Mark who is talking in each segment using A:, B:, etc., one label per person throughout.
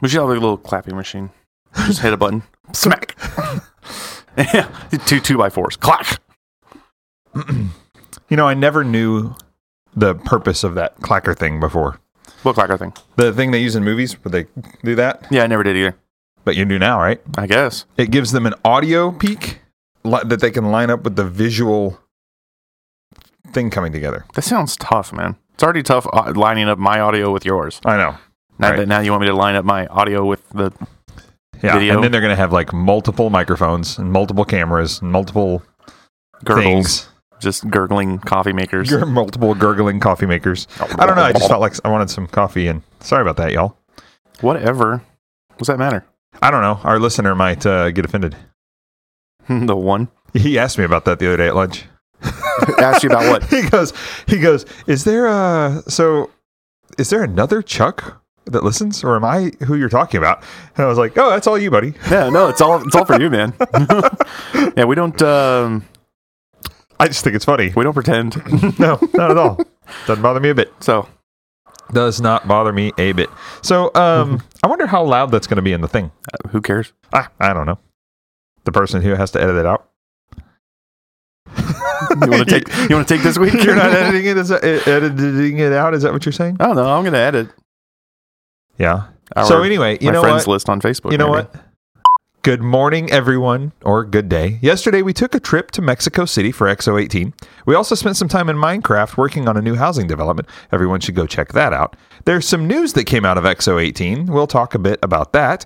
A: We should have like a little clapping machine. Just hit a button. Smack. yeah. Two two by fours. Clack.
B: You know, I never knew the purpose of that clacker thing before.
A: What clacker thing?
B: The thing they use in movies where they do that,
A: Yeah, I never did either.
B: but you do now, right?
A: I guess.
B: It gives them an audio peak li- that they can line up with the visual thing coming together.
A: That sounds tough, man. It's already tough uh, lining up my audio with yours.
B: I know.
A: Now,
B: Right.
A: that now you want me to line up my audio with the.
B: Yeah.
A: Video.
B: And then they're going to have like multiple microphones and multiple cameras and multiple
A: Gurgles,
B: things.
A: just gurgling coffee makers.
B: Gur- multiple gurgling coffee makers. I don't know. I just felt like I wanted some coffee and sorry about that, y'all.
A: Whatever. What's that matter?
B: I don't know. Our listener might uh, get offended.
A: the one.
B: He asked me about that the other day at lunch.
A: Asked you about what?
B: he goes, he goes, is there a, so is there another Chuck that listens or am I who you're talking about? And I was like, oh, that's all you, buddy.
A: Yeah, no, it's all it's all for you, man. yeah, we don't um,
B: I just think it's funny.
A: we don't pretend.
B: No, not at all. Doesn't bother me a bit.
A: so
B: Does not bother me a bit. So
A: Mm-hmm.
B: um, I wonder how loud that's going to be in the thing.
A: uh, who cares?
B: I, I don't know. The person who has to edit it out.
A: You want to take you want to take this week?
B: You're not editing it, is that, e- editing it out. Is that what you're saying?
A: I don't know. Oh, I'm going to edit
B: Yeah.
A: Uh, our
B: so anyway, you
A: my
B: know
A: friends
B: what?
A: list on Facebook.
B: You know
A: maybe.
B: what? Good morning, everyone, or good day. Yesterday, we took a trip to Mexico City for XO18. We also spent some time in Minecraft working on a new housing development. Everyone should go check that out. There's some news that came out of XO18. We'll talk a bit about that.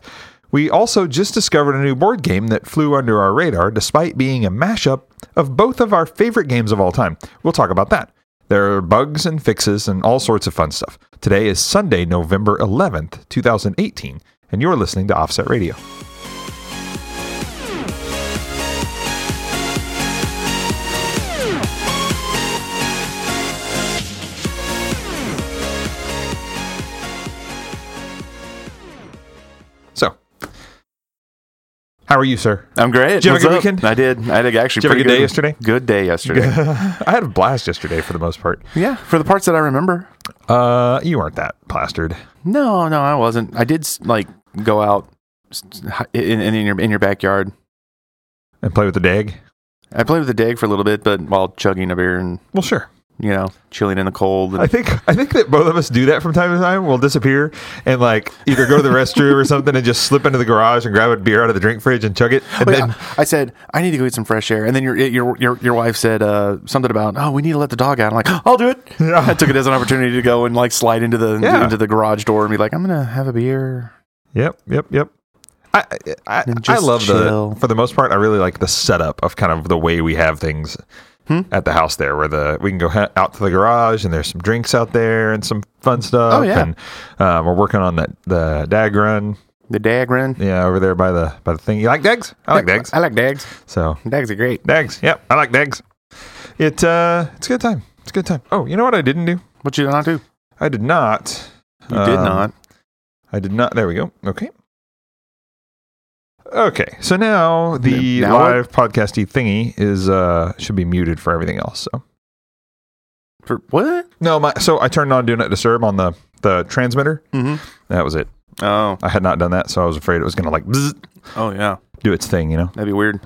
B: We also just discovered a new board game that flew under our radar, despite being a mashup of both of our favorite games of all time. We'll talk about that. There are bugs and fixes and all sorts of fun stuff. Today is Sunday, November 11th, 2018, and you're listening to Offset Radio. So, how are you, sir?
A: I'm great.
B: Did you have
A: What's
B: a good
A: up?
B: weekend?
A: I did. I did actually.
B: Did you have a
A: pretty
B: good day yesterday?
A: Good day yesterday.
B: I had a blast yesterday for the most part.
A: yeah, for the parts that I remember.
B: Uh, you weren't that plastered.
A: No, no, I wasn't. I did s- like go out s- in, in your in your backyard.
B: And play with the dag?
A: I played with the dag for a little bit, but while chugging a beer and
B: Well, sure.
A: you know chilling in the cold.
B: I
A: And,
B: think I think that both of us do that from time to time. We'll disappear and like either go to the restroom or something and just slip into the garage and grab a beer out of the drink fridge and chug it. And
A: But
B: then
A: I, I said I need to go get some fresh air, and then your your your, your wife said uh, something about oh we need to let the dog out. I'm like "Oh, I'll do it.
B: Yeah.
A: I took it as an opportunity to go and like slide into the
B: Yeah.
A: into the garage door and be like I'm gonna have a beer.
B: Yep, yep, yep. I I, I,
A: And
B: I
A: just
B: love
A: chill.
B: the for the most part. I really like the setup of kind of the way we have things
A: Hmm?
B: at the house there, where the we can go ha- out to the garage and there's some drinks out there and some fun stuff.
A: Oh, yeah.
B: and uh, we're working on that the dag run.
A: The dag run.
B: Yeah, over there by the by the thing. You like dags? I like dags.
A: I like dags.
B: So
A: Dags are great.
B: dags. Yep, I like dags. It uh, it's a good time. It's a good time. Oh, you know what I didn't do?
A: What you not do?
B: I did not.
A: You did
B: um,
A: not.
B: I did not. There we go. Okay. Okay. So now the
A: Now
B: live podcasty thingy is uh should be muted for everything else. So
A: For what?
B: no, my so I turned on Do Not Disturb on the the transmitter.
A: Mm-hmm.
B: That was it.
A: Oh.
B: I had not done that, so I was afraid it was gonna like bzzz,
A: Oh yeah.
B: do its thing. You know,
A: That'd be weird.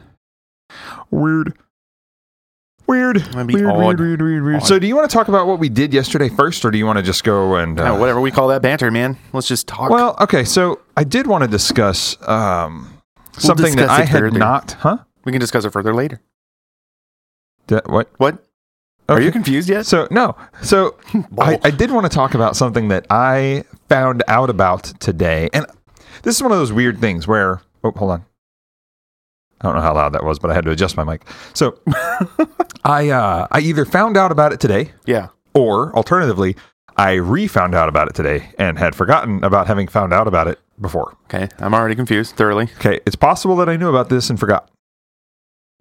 B: weird. Weird.
A: That'd be
B: Weird,
A: odd.
B: weird, weird, weird, weird.
A: Odd.
B: So, do you want to talk about what we did yesterday first, or do you want to just go and uh,
A: Yeah, oh, whatever we call that banter, man. Let's just talk.
B: Well, okay. So, I did want to discuss um, something
A: discuss
B: that I
A: it
B: had
A: further.
B: not, huh?
A: we can discuss it further later.
B: D- what?
A: What? Are
B: Okay.
A: you confused yet?
B: So no. So I,
A: Wow.
B: I did want to talk about something that I found out about today, and this is one of those weird things where. Oh, hold on. I don't know how loud that was, but I had to adjust my mic. So I uh, I either found out about it today,
A: yeah.
B: or alternatively, I re-found out about it today and had forgotten about having found out about it before.
A: Okay. I'm already confused thoroughly.
B: Okay, it's possible that I knew about this and forgot.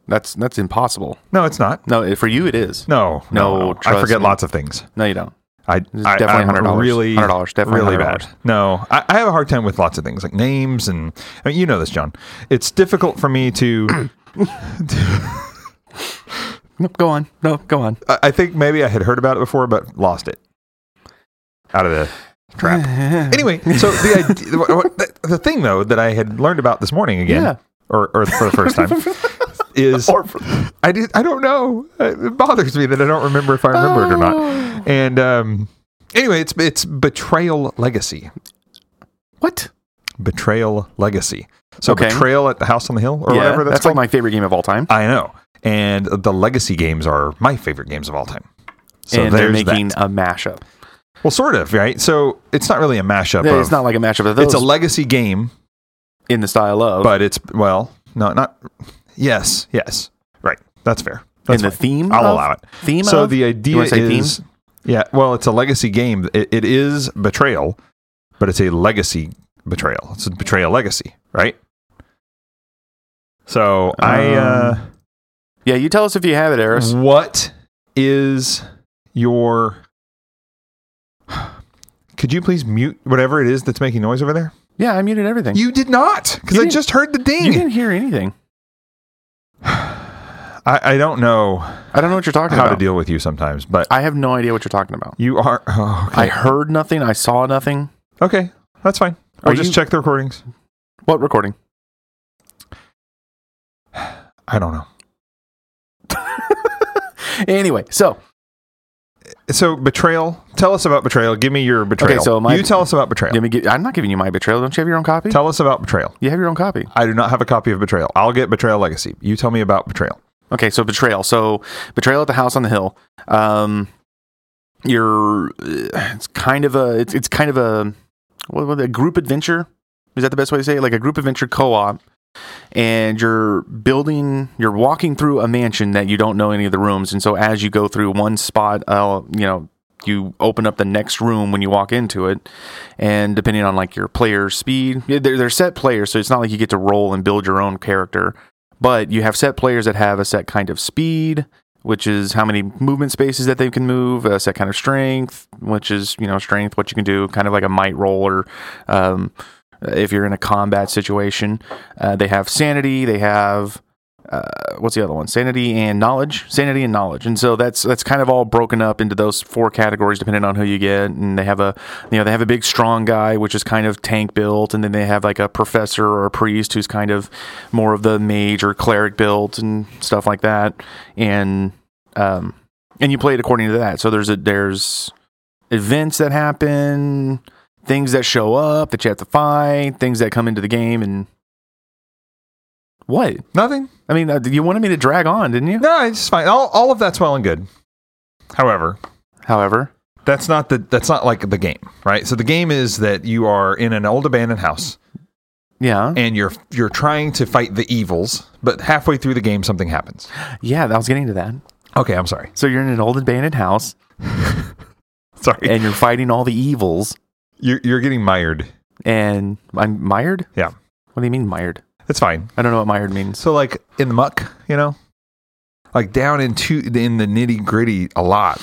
A: That's that's impossible.
B: No, it's not.
A: No, it- for you it is.
B: No,
A: No,
B: no, no. I
A: trust
B: forget
A: me.
B: lots of things.
A: No, you don't.
B: I
A: It's
B: I-
A: definitely
B: I'm
A: hundred dollars.
B: Really,
A: hundred dollars. Definitely
B: really
A: $100.
B: bad. No, I, I have a hard time with lots of things like names and I mean, you know this, John. It's difficult for me to.
A: No, go on. No, go on.
B: I I think maybe I had heard about it before, but lost it out of the trap. anyway, so the, idea, what- what- the the thing though that I had learned about this morning again,
A: Yeah.
B: or or for the first time, is
A: Or for-
B: I did, I don't know. It bothers me that I don't remember if I remember it or
A: Oh.
B: not. And um, anyway, it's it's betrayal legacy.
A: what?
B: Betrayal legacy. So
A: Okay.
B: betrayal at the house on the hill or
A: yeah,
B: whatever.
A: that's,
B: That's,
A: like
B: called.
A: my favorite game of all time.
B: I know. And the legacy games are my favorite games of all time. So
A: and they're
B: there's that.
A: making a mashup.
B: Well, sort of, right? So it's not really a mashup.
A: Yeah,
B: of,
A: it's not like a mashup of those.
B: It's a legacy game,
A: in the style of,
B: but it's well, no, not. Yes, yes, right. That's fair. That's
A: in the
B: fine.
A: theme.
B: I'll
A: of-
B: allow it.
A: Theme.
B: So
A: of?
B: the idea
A: wanna say theme?
B: is, yeah. Well, it's a legacy game. It, it is betrayal, but it's a legacy betrayal. It's a betrayal legacy, right? So
A: Um,
B: I, uh,
A: yeah, you tell us if you have it, Eris.
B: what is your? Could you please mute whatever it is that's making noise over there?
A: Yeah, I muted everything.
B: You did not, because
A: You
B: I
A: didn't-
B: just heard the
A: You
B: ding.
A: didn't hear anything.
B: I, I don't know
A: I don't know what you're talking
B: how
A: about.
B: to deal with you sometimes, but
A: I have no idea what you're talking about.
B: you are. Oh,
A: I
B: okay.
A: heard nothing. I saw nothing.
B: okay, that's fine. I'll
A: Are
B: just
A: you-
B: check the recordings.
A: What recording?
B: I don't know.
A: Anyway, so
B: So betrayal. Tell us about betrayal. Give me your betrayal.
A: so my-
B: you tell us about betrayal.
A: let me get, I'm not giving you my betrayal. Don't you have your own copy?
B: Tell us about betrayal.
A: you have your own copy.
B: I do not have a copy of betrayal. I'll get betrayal legacy. You tell me about betrayal.
A: Okay, so betrayal. So betrayal at the house on the hill. Um, you're uh, it's kind of a it's it's kind of a what, what a group adventure. Is that the best way to say it? Like a group adventure co-op, and you're building, you're walking through a mansion that you don't know any of the rooms, and so as you go through one spot, uh, you know, you open up the next room when you walk into it, and depending on like your player speed, they're, they're set players, so it's not like you get to roll and build your own character but you have set players that have a set kind of speed which is how many movement spaces that they can move a set kind of strength which is you know strength what you can do kind of like a might roll or um, if you're in a combat situation uh, they have sanity they have uh, what's the other one sanity and knowledge sanity and knowledge and so that's that's kind of all broken up into those four categories depending on who you get and they have a you know they have a big strong guy which is kind of tank built and then they have like a professor or a priest who's kind of more of the mage or cleric built and stuff like that and um and you play it according to that so there's a there's events that happen things that show up that you have to fight things that come into the game and what
B: Nothing.
A: I mean, uh, you wanted me to drag on, didn't you?
B: No, it's fine. All, all of that's well and good. However,
A: However,
B: that's not the that's not like the game, right? So the game is that you are in an old abandoned house.
A: yeah,
B: and you're you're trying to fight the evils, but halfway through the game something happens.
A: yeah, I was getting to that.
B: Okay, I'm sorry.
A: So you're in an old abandoned house
B: Sorry.
A: and you're fighting all the evils.
B: You're you're getting mired.
A: And I'm mired.
B: Yeah.
A: What do you mean mired?
B: It's fine.
A: I don't know what mired means.
B: So like in the muck, you know? Like down into in the nitty gritty a lot.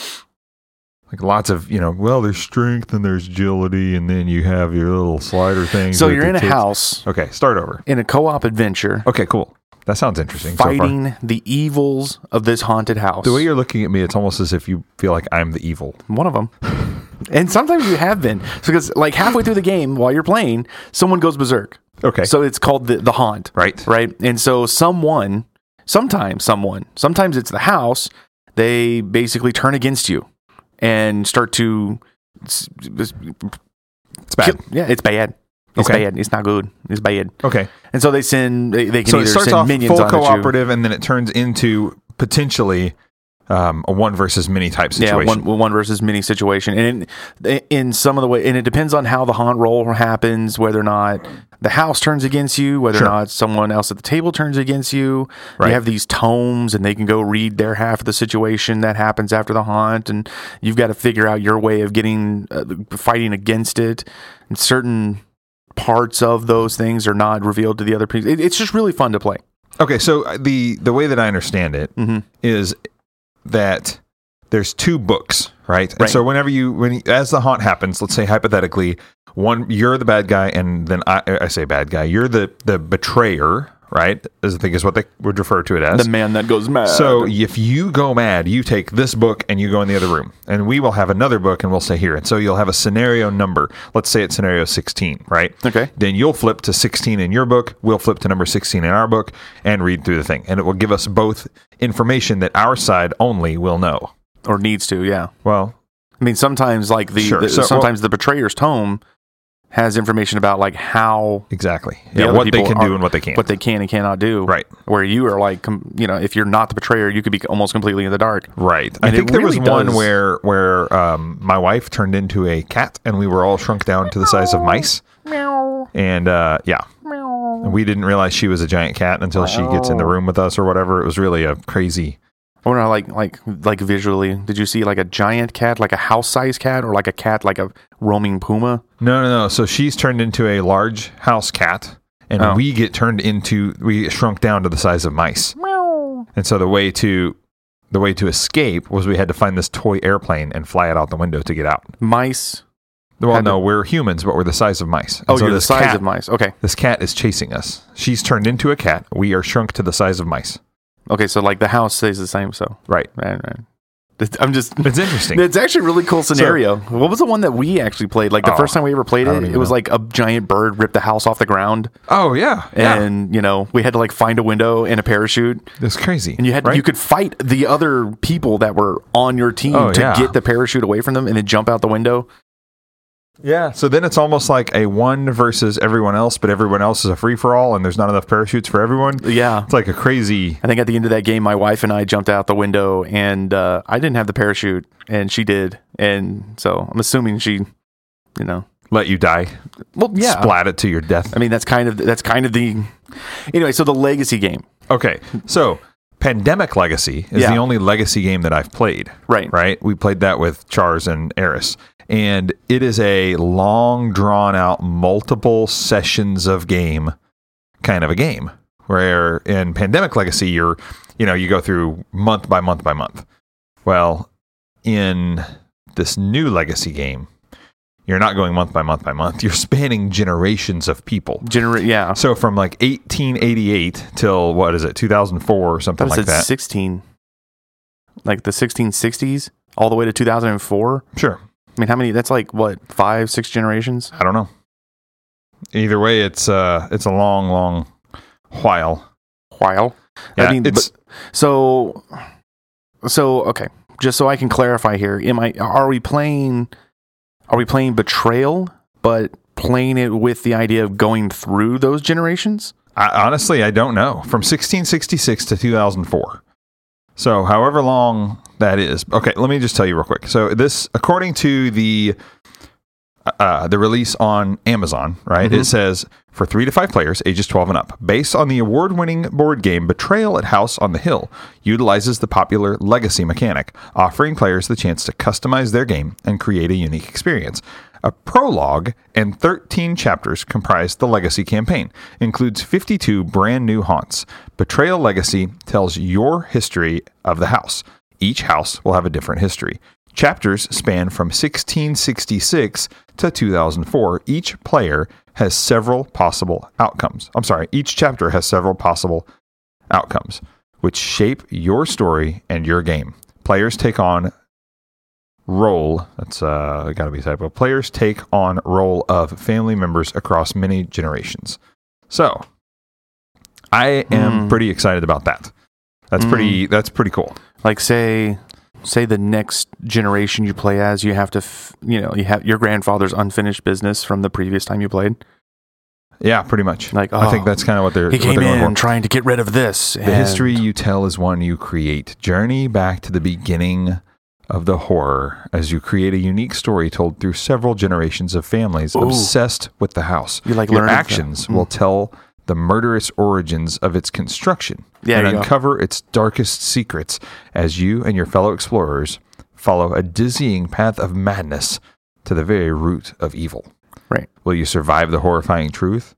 B: Like lots of, you know, well, there's strength and there's agility and then you have your little slider things.
A: So
B: that
A: you're
B: the
A: in a
B: kids-
A: house
B: Okay, start over.
A: in a co-op adventure,
B: Okay, cool. That sounds interesting. So far.
A: fighting the evils of this haunted house.
B: The way you're looking at me, it's almost as if you feel like I'm the evil.
A: One of them. and sometimes you have been because, like, halfway through the game while you're playing, someone goes berserk.
B: Okay.
A: So it's called the the haunt.
B: right.
A: right? And so someone, sometimes someone, sometimes it's the house, they basically turn against you and start to s- s-
B: It's bad.
A: kill- yeah, it's bad. It's
B: Okay.
A: bad. It's not good. It's bad.
B: Okay.
A: And so they send they, they can
B: so it
A: either
B: starts
A: send
B: off
A: minions
B: full
A: on at you.
B: cooperative and then it turns into potentially um, a one versus many type situation.
A: Yeah, one, one versus many situation, and in, in some of the way, and it depends on how the haunt roll happens, whether or not the house turns against you, whether
B: Sure.
A: or not someone else at the table turns against you.
B: Right.
A: You have these tomes, and they can go read their half of the situation that happens after the haunt, and you've got to figure out your way of getting uh, fighting against it. And certain parts of those things are not revealed to the other people. It, it's just really fun to play.
B: okay, so uh, the the way that I understand it is
A: Mhm.
B: that there's two books, right? And
A: Right.
B: so whenever you when as the haunt happens, let's say hypothetically, one you're the bad guy and then I I say bad guy, you're the the betrayer, right? Is I think is what they would refer to it as.
A: The man that goes mad.
B: So if you go mad, you take this book and you go in the other room, and we will have another book and we'll say here. And so you'll have a scenario number. Let's say it's scenario 16, right?
A: Okay.
B: Then you'll flip to 16 in your book. We'll flip to number 16 in our book and read through the thing. And it will give us both information that our side only will know.
A: or needs to, yeah.
B: Well,
A: I mean, sometimes like the,
B: Sure.
A: the-
B: So, well-
A: sometimes the betrayer's tome has information about like how
B: exactly.
A: the
B: Yeah,
A: other
B: what they
A: people
B: can
A: are-
B: do and what they can't.
A: what they can and cannot do.
B: Right.
A: Where you are like, com- you know, if you're not the betrayer, you could be almost completely in the dark.
B: Right. I
A: And it
B: think there was
A: really
B: one
A: does-
B: where where um, my wife turned into a cat and we were all shrunk down to the size of mice. And uh, yeah, we didn't realize she was a giant cat until she gets in the room with us or whatever. It was really a crazy.
A: I wonder, how, like, like, like visually, did you see like a giant cat, like a house-sized cat, or like a cat, like a roaming puma?
B: No, no, no. So she's turned into a large house cat and
A: Oh.
B: we get turned into we get shrunk down to the size of mice. And so the way to the way to escape was we had to find this toy airplane and fly it out the window to get out.
A: Mice.
B: Well,
A: Had to-
B: no, we're humans, but we're the size of mice. And
A: Oh,
B: so
A: you're the
B: this
A: size
B: cat-
A: of mice. Okay.
B: This cat is chasing us. She's turned into a cat. We are shrunk to the size of mice.
A: Okay. So like the house stays the same. So
B: Right.
A: right, right. It's- I'm just.
B: It's interesting.
A: It's actually a really cool scenario. what was the one that we actually played? Like the
B: Oh,
A: first time we ever played
B: I
A: it,
B: don't even
A: it was
B: know.
A: like a giant bird ripped the house off the ground,
B: oh yeah, yeah.
A: and you know we had to like find a window and a parachute,
B: It's crazy.
A: and you had
B: right?
A: you could fight the other people that were on your team
B: Oh,
A: to
B: yeah.
A: get the parachute away from them and then jump out the window.
B: yeah. So then it's almost like a one versus everyone else, but everyone else is a free for all, and there's not enough parachutes for everyone.
A: Yeah.
B: It's like a crazy.
A: I think at the end of that game, my wife and I jumped out the window, and uh, I didn't have the parachute, and she did, and so I'm assuming she, you know,
B: Let you die.
A: well, yeah.
B: Splat it to your death.
A: I mean, that's kind of that's kind of the anyway. So the legacy game,
B: Okay. So Pandemic Legacy is
A: Yeah.
B: the only legacy game that I've played.
A: right?
B: right? We played that with Chars and Eris. And it is a long, drawn out, multiple sessions of game kind of a game. Where in Pandemic Legacy, you're, you know, you go through month by month by month. Well, in this new Legacy game, you're not going month by month by month. You're spanning generations of people.
A: Generate, yeah.
B: So from like 1888 till what is it, 2004 or
A: I
B: something
A: thought it
B: like
A: said
B: that.
A: 16, like the 1660s, all the way to 2004.
B: Sure.
A: I mean, how many? That's like what five, six generations.
B: I don't know. Either way, it's uh, it's a long, long while.
A: While
B: Yeah,
A: I mean,
B: it's-
A: but- so, so okay. Just so I can clarify here, am I? Are we playing? Are we playing betrayal, but playing it with the idea of going through those generations?
B: I, honestly, I don't know. From 1666 to 2004. So, however long that is. Okay, let me just tell you real quick. So, this, according to the uh, the release on Amazon, right? It says for three to five players, ages 12 and up, based on the award winning board game Betrayal at House on the Hill, utilizes the popular legacy mechanic, offering players the chance to customize their game and create a unique experience. A prologue and 13 chapters comprise the legacy campaign, includes 52 brand new haunts. Betrayal Legacy tells your history of the house. Each house will have a different history. Chapters span from 1666 to 2004. Each player has several possible outcomes. I'm sorry, each chapter has several possible outcomes, which shape your story and your game. Players take on role that's uh got to be a typo players take on role of family members across many generations so i am
A: Hmm.
B: pretty excited about that that's
A: Hmm.
B: pretty that's pretty cool
A: like say say the next generation you play as you have to f- you know you have your grandfather's unfinished business from the previous time you played
B: Yeah, pretty much.
A: Like,
B: I
A: oh,
B: think that's kind of what they're.
A: he
B: what
A: came
B: they're
A: in
B: going for.
A: trying to get rid of this
B: The history you tell is one you create. Journey back to the beginning of the horror as you create a unique story told through several generations of families
A: Ooh.
B: obsessed with the house.
A: You like Hmm.
B: Your
A: learning from-
B: actions will tell the murderous origins of its construction
A: Yeah,
B: and
A: there you go.
B: uncover its darkest secrets as you and your fellow explorers follow a dizzying path of madness to the very root of evil.
A: right
B: Will you survive the horrifying truth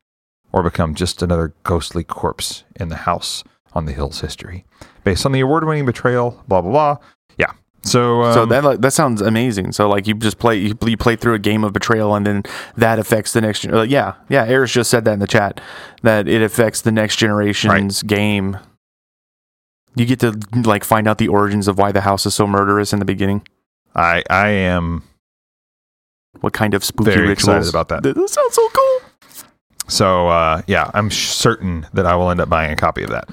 B: or become just another ghostly corpse in the house on the hill's history? Based on the award winning betrayal, blah, blah, blah. Yeah, So, um,
A: so that like, that sounds amazing. So like you just play you, you play through a game of betrayal, and then that affects the next. gen- Uh, yeah, yeah. Eris just said that in the chat that it affects the next generation's game. You get to like find out the origins of why the house is so murderous in the beginning.
B: I I am
A: What kind of spooky
B: Very
A: rituals?
B: excited about that.
A: Th- That sounds so cool.
B: so uh, yeah. I'm sh- certain that I will end up buying a copy of that.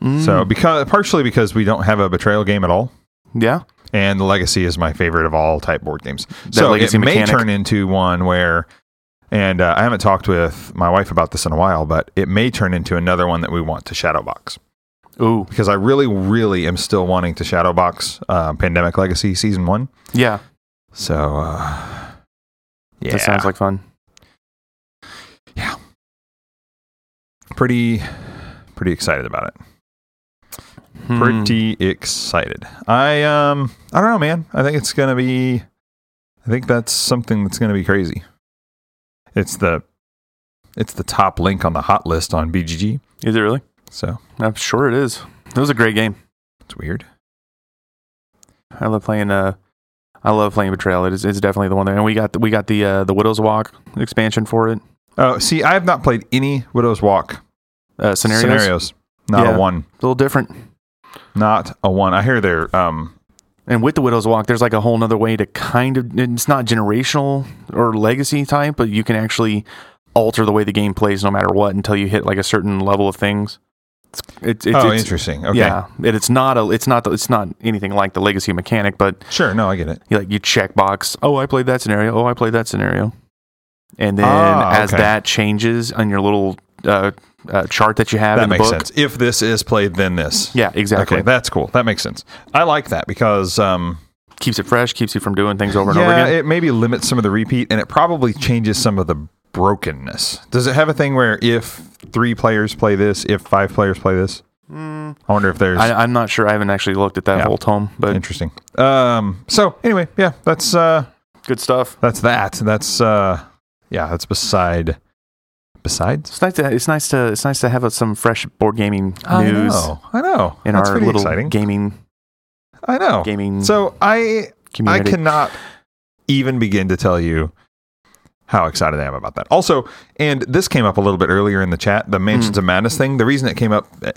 A: Mm,
B: So because partially because we don't have a betrayal game at all,
A: yeah,
B: and the legacy is my favorite of all type board games.
A: That
B: so it
A: Legacy
B: may
A: mechanic.
B: turn into one where, and uh, I haven't talked with my wife about this in a while, but it may turn into another one that we want to shadowbox
A: ooh,
B: because I really, really am still wanting to shadowbox uh, Pandemic Legacy Season One.
A: yeah.
B: So uh, yeah,
A: That sounds like fun.
B: pretty, pretty excited about it.
A: Hmm.
B: Pretty excited. I um, I don't know, man. I think it's gonna be. I think that's something that's gonna be crazy. It's the, it's the top link on the hot list on BGG.
A: Hmm. Is it really?
B: So
A: I'm sure it is. It was a great game.
B: it's weird.
A: I love playing. Uh, I love playing Betrayal. It is. It's definitely the one. That, and we got the, we got the uh, the Widow's Walk expansion for it.
B: Oh, see, I have not played any Widow's Walk
A: Uh, scenarios.
B: scenarios. Not
A: Yeah.
B: a one.
A: A little different.
B: Not a one. I hear they're um,
A: And with the Widow's Walk, there's like a whole nother way to kind of. It's not generational or legacy type, but you can actually alter the way the game plays no matter what until you hit like a certain level of things. It's, it's, it's,
B: oh,
A: it's-
B: interesting. Okay,
A: Yeah, it, it's not a. It's not. the- It's not anything like the legacy mechanic, but
B: sure. No, I get it.
A: you like you check box oh i played that scenario oh i played that scenario and then
B: Ah,
A: as
B: okay.
A: that changes on your little uh, uh, chart that you have
B: That
A: in the
B: makes
A: book
B: sense. If this is played, then this.
A: yeah exactly
B: Okay, that's cool. That makes sense. I like that because um,
A: keeps it fresh keeps you from doing things over and over
B: yeah,
A: again
B: it maybe limits some of the repeat, and it probably changes some of the brokenness. Does it have a thing where if three players play this, if five players play this? I wonder if there's
A: Hmm. I, i'm not sure i haven't actually looked at that
B: Yeah.
A: whole tome but
B: interesting. Um, so anyway, yeah, that's uh,
A: good stuff
B: that's that. That's uh, yeah, that's beside
A: it's
B: besides
A: nice to it's nice to it's nice to have uh, some fresh board gaming
B: I
A: news
B: know. I know.
A: in
B: that's
A: our
B: pretty
A: little
B: exciting.
A: gaming
B: I know.
A: gaming
B: So I
A: community
B: I cannot even begin to tell you how excited I am about that. Also, and this came up a little bit earlier in the chat, the
A: Hmm.
B: Mansions of Madness thing. The reason it came up uh,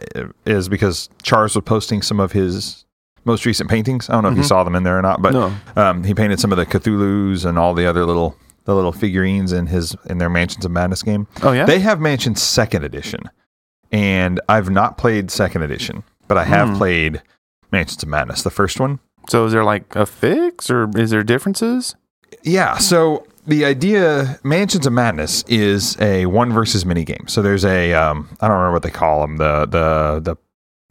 B: is because Charles was posting some of his most recent paintings. I don't know if you
A: Mhm.
B: saw them in there or not, but
A: no
B: um, he painted some of the Cthulhu's and all the other little the little figurines in his in their Mansions of Madness game.
A: oh yeah
B: They have Mansion Second Edition, and I've not played Second Edition, but I have
A: Hmm.
B: played Mansions of Madness, the first one.
A: so is there like a fix or is there differences
B: Yeah. So the idea, Mansions of Madness, is a one versus mini game. So there's a, um, I don't remember what they call them. The the the,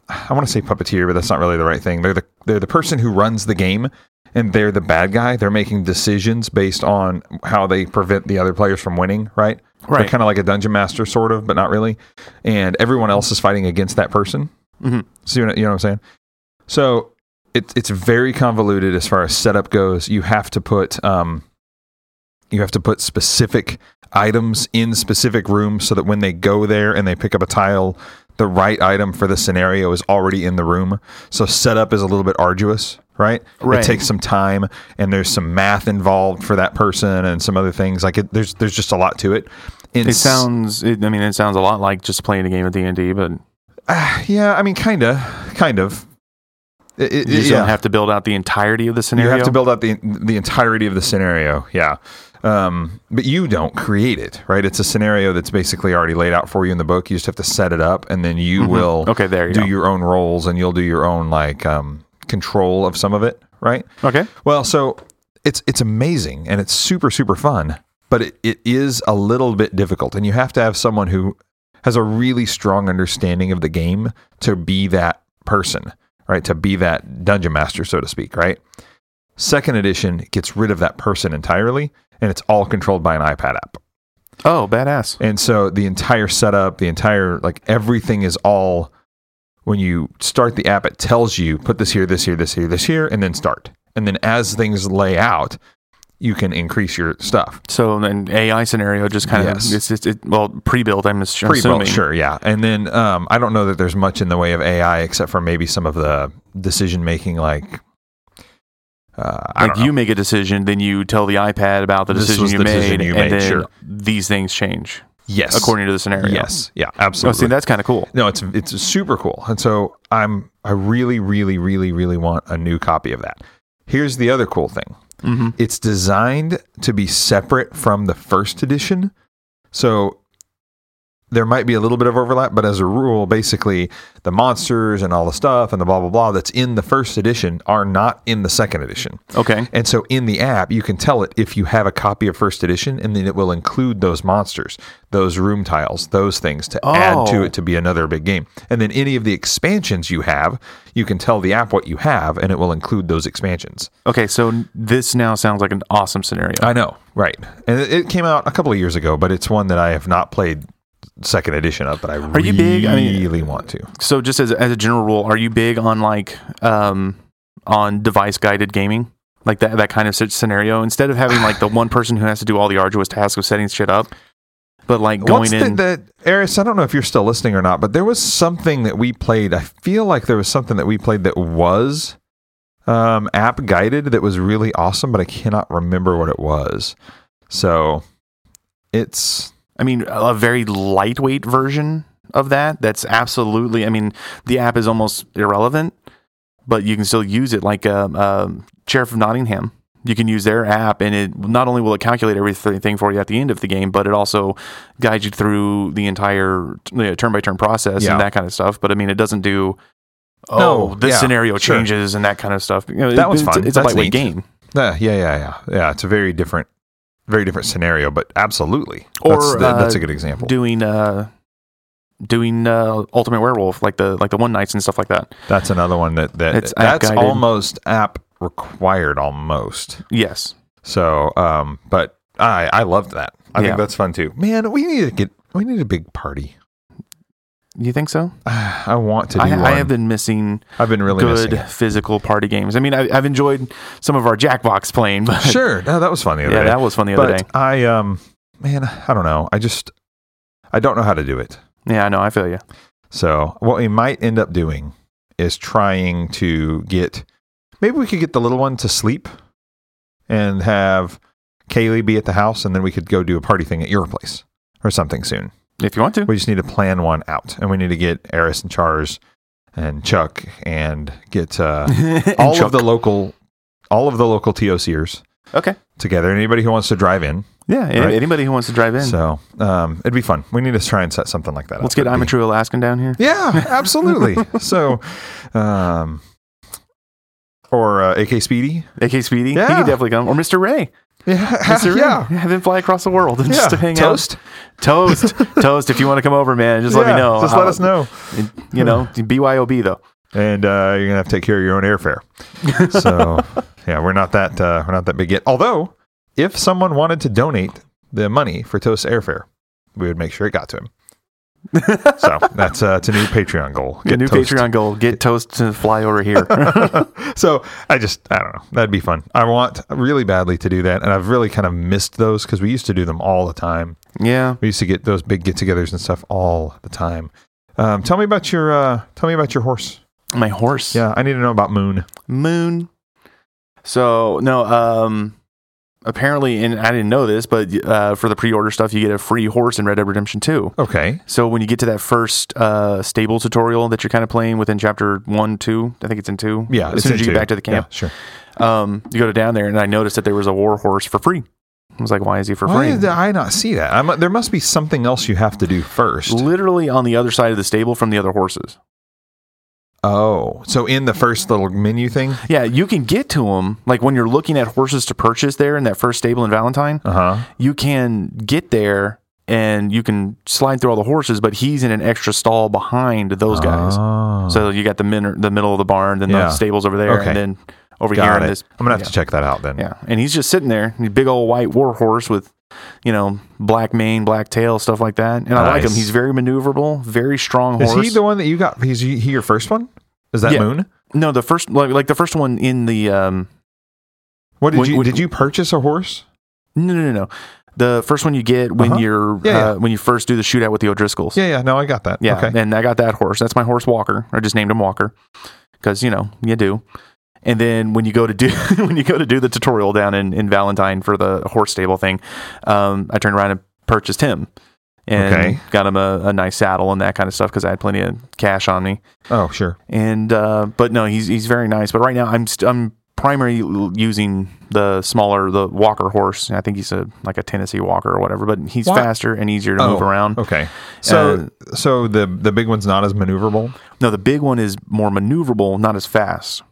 B: I want to say puppeteer, but that's not really the right thing. They're the they're the person who runs the game, and they're the bad guy. They're making decisions based on how they prevent the other players from winning. Right. They're kind of like a dungeon master, sort of, but not really. And everyone else is fighting against that person.
A: Mhm.
B: See what I- you know what I'm saying? So it's it's very convoluted as far as setup goes. You have to put um, you have to put specific items in specific rooms so that when they go there and they pick up a tile, the right item for the scenario is already in the room. So setup is a little bit arduous, right?
A: Right.
B: It takes some time, and there's some math involved for that person and some other things. Like it, there's there's just a lot to it. In
A: It
B: s-
A: sounds. It, I mean, it sounds a lot like just playing a game of D and D, but you
B: Ah, yeah. I mean, kind of, kind of. It- it-
A: just
B: yeah.
A: don't have to build out the entirety of the
B: You
A: scenario.
B: have to build out the the entirety of the scenario. Yeah. Um, but you don't create it, right? It's a scenario that's basically already laid out for you in the book. You just have to set it up, and then you will
A: Mm-hmm. Okay, there you
B: do
A: go.
B: your own roles, and you'll do your own like um, control of some of it, right?
A: okay,
B: Well, so it's it's amazing and it's super super fun, but it, it is a little bit difficult, and you have to have someone who has a really strong understanding of the game to be that person, right? To be that dungeon master, so to speak, right? Second edition gets rid of that person entirely, and it's all controlled by an iPad app.
A: oh, badass.
B: And so the entire setup, the entire like everything is all when you start the app, it tells you put this here, this here, this here, this here, and then start. And then as things lay out, you can increase your stuff.
A: So an AI scenario just kind of
B: Yes.
A: it's, it's it, well pre-built. I'm ass-
B: Pretty well,
A: assuming.
B: sure, yeah. And then um, I don't know that there's much in the way of AI except for maybe some of the decision making, like Uh, I
A: Like
B: don't know.
A: you make a decision, then you tell the iPad about the
B: This
A: decision
B: was
A: you
B: the
A: made,
B: decision you
A: and
B: made,
A: then
B: sure.
A: these things change
B: yes,
A: according to the scenario.
B: yes, yeah,
A: Oh,
B: absolutely.
A: see, that's kind of cool.
B: No, it's it's super cool. And so I'm I really really really really want a new copy of that. Here's the other cool thing. It's designed to be separate from the first edition. So there might be a little bit of overlap, but as a rule, basically the monsters and all the stuff and the blah blah blah that's in the first edition are not in the second edition.
A: Okay.
B: And so in the app, you can tell it if you have a copy of first edition, and then it will include those monsters, those room tiles, those things to add to
A: Oh.
B: it to be another big game. And then any of the expansions you have, you can tell the app what you have, and it will include those expansions.
A: Okay. So this now sounds like an awesome scenario.
B: I know, right. And it, it came out a couple of years ago, but it's one that I have not played second edition of, but I really
A: you big? I mean-
B: want to.
A: so just as as a general rule, are you big on like um on device guided gaming? Like that that kind of such scenario instead of having like the one person who has to do all the arduous task of setting shit up, but like going
B: What's
A: in
B: the, the Eris? I don't know if you're still listening or not, but there was something that we played. I feel like there was something that we played that was um, app guided that was really awesome, but I cannot remember what it was. So it's
A: I mean, a very lightweight version of that. That's absolutely. I mean, the app is almost irrelevant, but you can still use it. Like um, um, Sheriff of Nottingham, you can use their app, and it not only will it calculate everything for you at the end of the game, but it also guides you through the entire turn by turn process
B: Yeah.
A: and that kind of stuff. But I mean, it doesn't do. Oh,
B: No,
A: this
B: yeah,
A: scenario
B: sure.
A: changes and that kind of stuff. You know,
B: That
A: it-
B: one's
A: it's,
B: fun.
A: It's a
B: That's
A: lightweight
B: neat.
A: game.
B: yeah, uh, yeah, yeah, yeah, yeah. It's a very different, very different scenario, but absolutely.
A: Or,
B: that's, that- that's
A: uh,
B: a good example.
A: Doing uh, doing uh, Ultimate Werewolf, like the like the one nights and stuff like that.
B: that's another one that, that
A: It's app
B: that's
A: guided.
B: almost app required almost.
A: Yes.
B: So, um, but I I loved that. I
A: Yeah.
B: think that's fun too. Man, we need to get we need a big party.
A: You think so?
B: I want to do
A: I,
B: one.
A: I have been missing
B: I've been really
A: good
B: missing. it.
A: physical party games. I mean, I, I've enjoyed some of our Jackbox playing, but
B: Sure, no, that was fun the other
A: yeah,
B: day.
A: that was fun the
B: but
A: other day.
B: I um, man, I don't know. I just I don't know how to do it.
A: Yeah, I know. I feel you.
B: So what we might end up doing is trying to get maybe we could get the little one to sleep and have Kaylee be at the house, and then we could go do a party thing at your place or something soon.
A: If you want to,
B: We just need to plan one out, and we need to get Eris and Chars and Chuck and get uh,
A: And
B: all
A: Chuck.
B: of the local, all of the local TOCers
A: okay.
B: together. Anybody who wants to drive in,
A: Yeah, a-
B: Right.
A: anybody who wants to drive in,
B: so um, it'd be fun. We need to try and set something like that.
A: let's
B: up.
A: get
B: It'd
A: I'm a
B: be-
A: True Alaskan down here.
B: Yeah, absolutely. so, um, or uh, AK Speedy.
A: AK Speedy, he
B: Yeah.
A: could definitely come. Or Mr. Ray,
B: Yeah,
A: Mr.
B: yeah.
A: Ray, have him fly across the world and
B: Yeah,
A: just to hang
B: toast.
A: out. Toast, toast. If you want to come over, man, just let me
B: Yeah,
A: know.
B: Just let us know.
A: know. You know, BYOB though.
B: and uh, you're gonna have to take care of your own airfare. So yeah, we're not that uh, we're not that big yet. Although, if someone wanted to donate the money for Toast's airfare, we would make sure it got to him. so that's uh, it's a new Patreon goal.
A: The
B: Get
A: new
B: Toast.
A: Patreon goal: get Toast to fly over here.
B: So I just I don't know. That'd be fun. I want really badly to do that, and I've really kind of missed those because we used to do them all the time.
A: yeah.
B: We used to get those big get-togethers and stuff all the time. Um, tell me about your uh, tell me about your horse.
A: My horse.
B: Yeah, I need to know about Moon.
A: moon. So no, um, apparently, and I didn't know this, but uh, for the pre-order stuff, you get a free horse in Red Dead Redemption Two.
B: Okay.
A: So when you get to that first uh, stable tutorial that you're kind of playing within chapter one, two, I think it's in two.
B: Yeah,
A: as soon
B: in
A: as you
B: two.
A: get back to the camp,
B: Yeah, sure.
A: um, you go to down there, and I noticed that there was a war horse for free. I was like, why is he for
B: Why
A: free?
B: did I not see that? I mu- there must be something else you have to do first.
A: Literally on the other side of the stable from the other horses.
B: Oh, so in the first little menu thing.
A: Yeah, you can get to them like when you're looking at horses to purchase there in that first stable in Valentine.
B: Uh huh.
A: you can get there and you can slide through all the horses, but he's in an extra stall behind those guys.
B: Oh,
A: So you got the min- the middle of the barn, then
B: Yeah.
A: the stables over there,
B: Okay.
A: and then over
B: got
A: here
B: it.
A: in this.
B: I'm gonna have
A: yeah.
B: to check that out then.
A: Yeah, and he's just sitting there, and big old white war horse with, you know, black mane, black tail, stuff like that. And I like him.
B: Nice.
A: He's very maneuverable, very strong
B: Is
A: horse.
B: he the one that you got? Is he, he your first one? Is that
A: Yeah.
B: Moon?
A: no, the first like, like the first one in the um
B: What did
A: When-
B: you
A: when-
B: did you purchase a horse?
A: no no no no the first one you get when
B: Uh-huh.
A: you're
B: Yeah, yeah.
A: uh, when you first do the shootout with the O'Driscolls.
B: Yeah, yeah. No, I got that.
A: Yeah,
B: Okay.
A: and I got that horse. That's my horse Walker. I just named him Walker because you know you do. And then when you go to do when you go to do the tutorial down in, in Valentine for the horse stable thing, um, I turned around and purchased him and
B: Okay.
A: got him a, a nice saddle and that kind of stuff because I had plenty of cash on me.
B: Oh, sure.
A: And uh, but no, he's he's very nice. But right now I'm st- I'm primarily l- using the smaller the Walker horse. I think he's a like a Tennessee Walker or whatever. But he's
B: Wha-
A: faster and easier to move
B: Oh,
A: around. Uh,
B: Okay. So so the the big one's not as maneuverable.
A: No, the big one is more maneuverable, not as fast.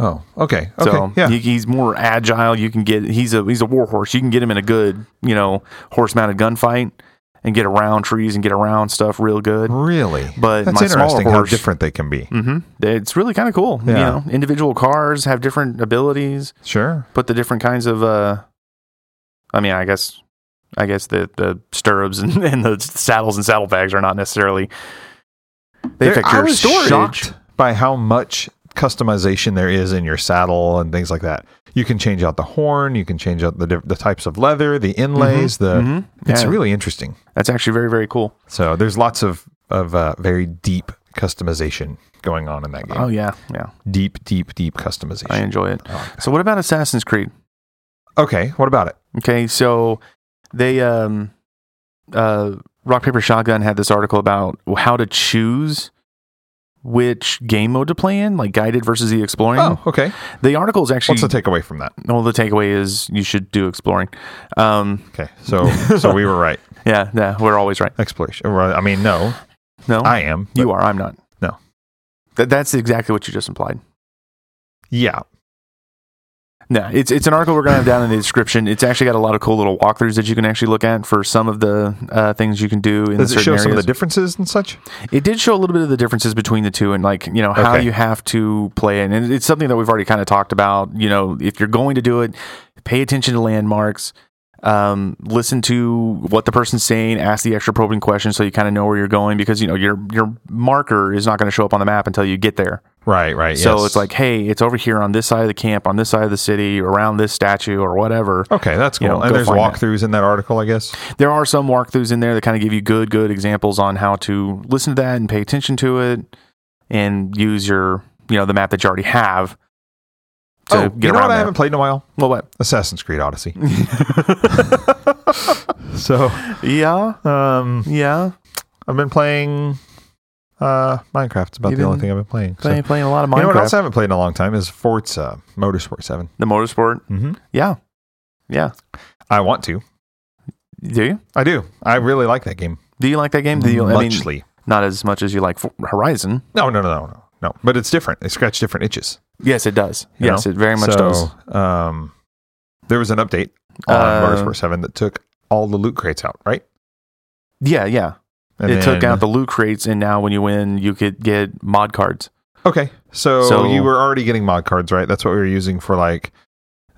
B: Oh, okay. Okay.
A: So
B: yeah.
A: he- he's more agile. You can get he's a he's a war horse. You can get him in a good you know horse mounted gunfight and get around trees and get around stuff real good.
B: really.
A: But
B: That's
A: my smaller
B: interesting how
A: horse,
B: different they can be.
A: hmm it's really kind of cool. You
B: Yeah.
A: know, individual cars have different abilities.
B: Sure.
A: Put the different kinds of uh, I mean, I guess. I guess the, the stirrups and, and the saddles and saddlebags are not necessarily they
B: There-
A: affect
B: I
A: your
B: was
A: storage.
B: shocked by how much customization there is in your saddle and things like that. You can change out the horn, you can change out the diff- the types of leather, the inlays, the
A: Mhm.
B: it's
A: Yeah.
B: really interesting.
A: That's actually very very cool.
B: So there's lots of of uh, very deep customization going on in that game.
A: Oh yeah, yeah.
B: deep, deep, deep customization.
A: I enjoy it.
B: I like that.
A: So what about Assassin's Creed?
B: okay, what about it?
A: Okay, so they um uh Rock Paper Shotgun had this article about how to choose which game mode to play in, like guided versus the exploring.
B: Oh, okay.
A: The article is actually
B: What's the takeaway from that?
A: well, the takeaway is you should do exploring. Um
B: Okay, so so we were right.
A: yeah, yeah, we're always right.
B: Exploration. or, uh, I mean, no,
A: No.
B: I am. but-
A: Oh. you are, I'm not.
B: No.
A: Th- that's exactly what you just implied.
B: Yeah.
A: No, it's it's an article we're gonna have down in the description. It's actually got a lot of cool little walkthroughs that you can actually look at for some of the uh, things you can do. In
B: Does it
A: certain
B: show some of
A: areas.
B: the differences and such?
A: It did show a little bit of the differences between the two and like, you know, how
B: Okay.
A: you have to play it. And it's something that we've already kind of talked about. You know, if you're going to do it, pay attention to landmarks, um, listen to what the person's saying, ask the extra probing questions so you kind of know where you're going because, you know, your your marker is not going to show up on the map until you get there.
B: Right. Right.
A: So
B: yes.
A: it's like, hey, it's over here on this side of the camp, on this side of the city, around this statue or whatever.
B: Okay, that's cool.
A: You know,
B: and
A: go
B: there's
A: find that.
B: walkthroughs in that article, I guess.
A: There are some walkthroughs in there that kind of give you good, good examples on how to listen to that and pay attention to it and use your, you know, the map that you already have to
B: oh,
A: get
B: you know what?
A: around
B: I
A: that.
B: haven't played in a while.
A: well, what?
B: Assassin's Creed Odyssey. so
A: Yeah,
B: um,
A: yeah.
B: I've been playing uh, Minecraft. It's about
A: You've
B: the only
A: been
B: thing I've been playing. so.
A: Playing, playing a lot of Minecraft.
B: You know what else I haven't played in a long time is Forza Motorsport 7.
A: the motorsport.
B: Mm-hmm.
A: Yeah, yeah.
B: I want to.
A: Do you?
B: I do. I really like that game.
A: Do you like that game? Do you? I mean,
B: Muchly.
A: not as much as you like F- Horizon.
B: no, no, no, no, no. No, but it's different. They scratch different itches.
A: Yes, it does.
B: You
A: yes, it very much
B: so,
A: does.
B: Um, there was an update on
A: Uh,
B: Motorsport 7 that took all the loot crates out, right?
A: Yeah, yeah.
B: And
A: it took
B: then-
A: out the loot crates, and now when you win, you could get mod cards.
B: Okay, so,
A: So-
B: you were already getting mod cards, right? That's what we were using for like.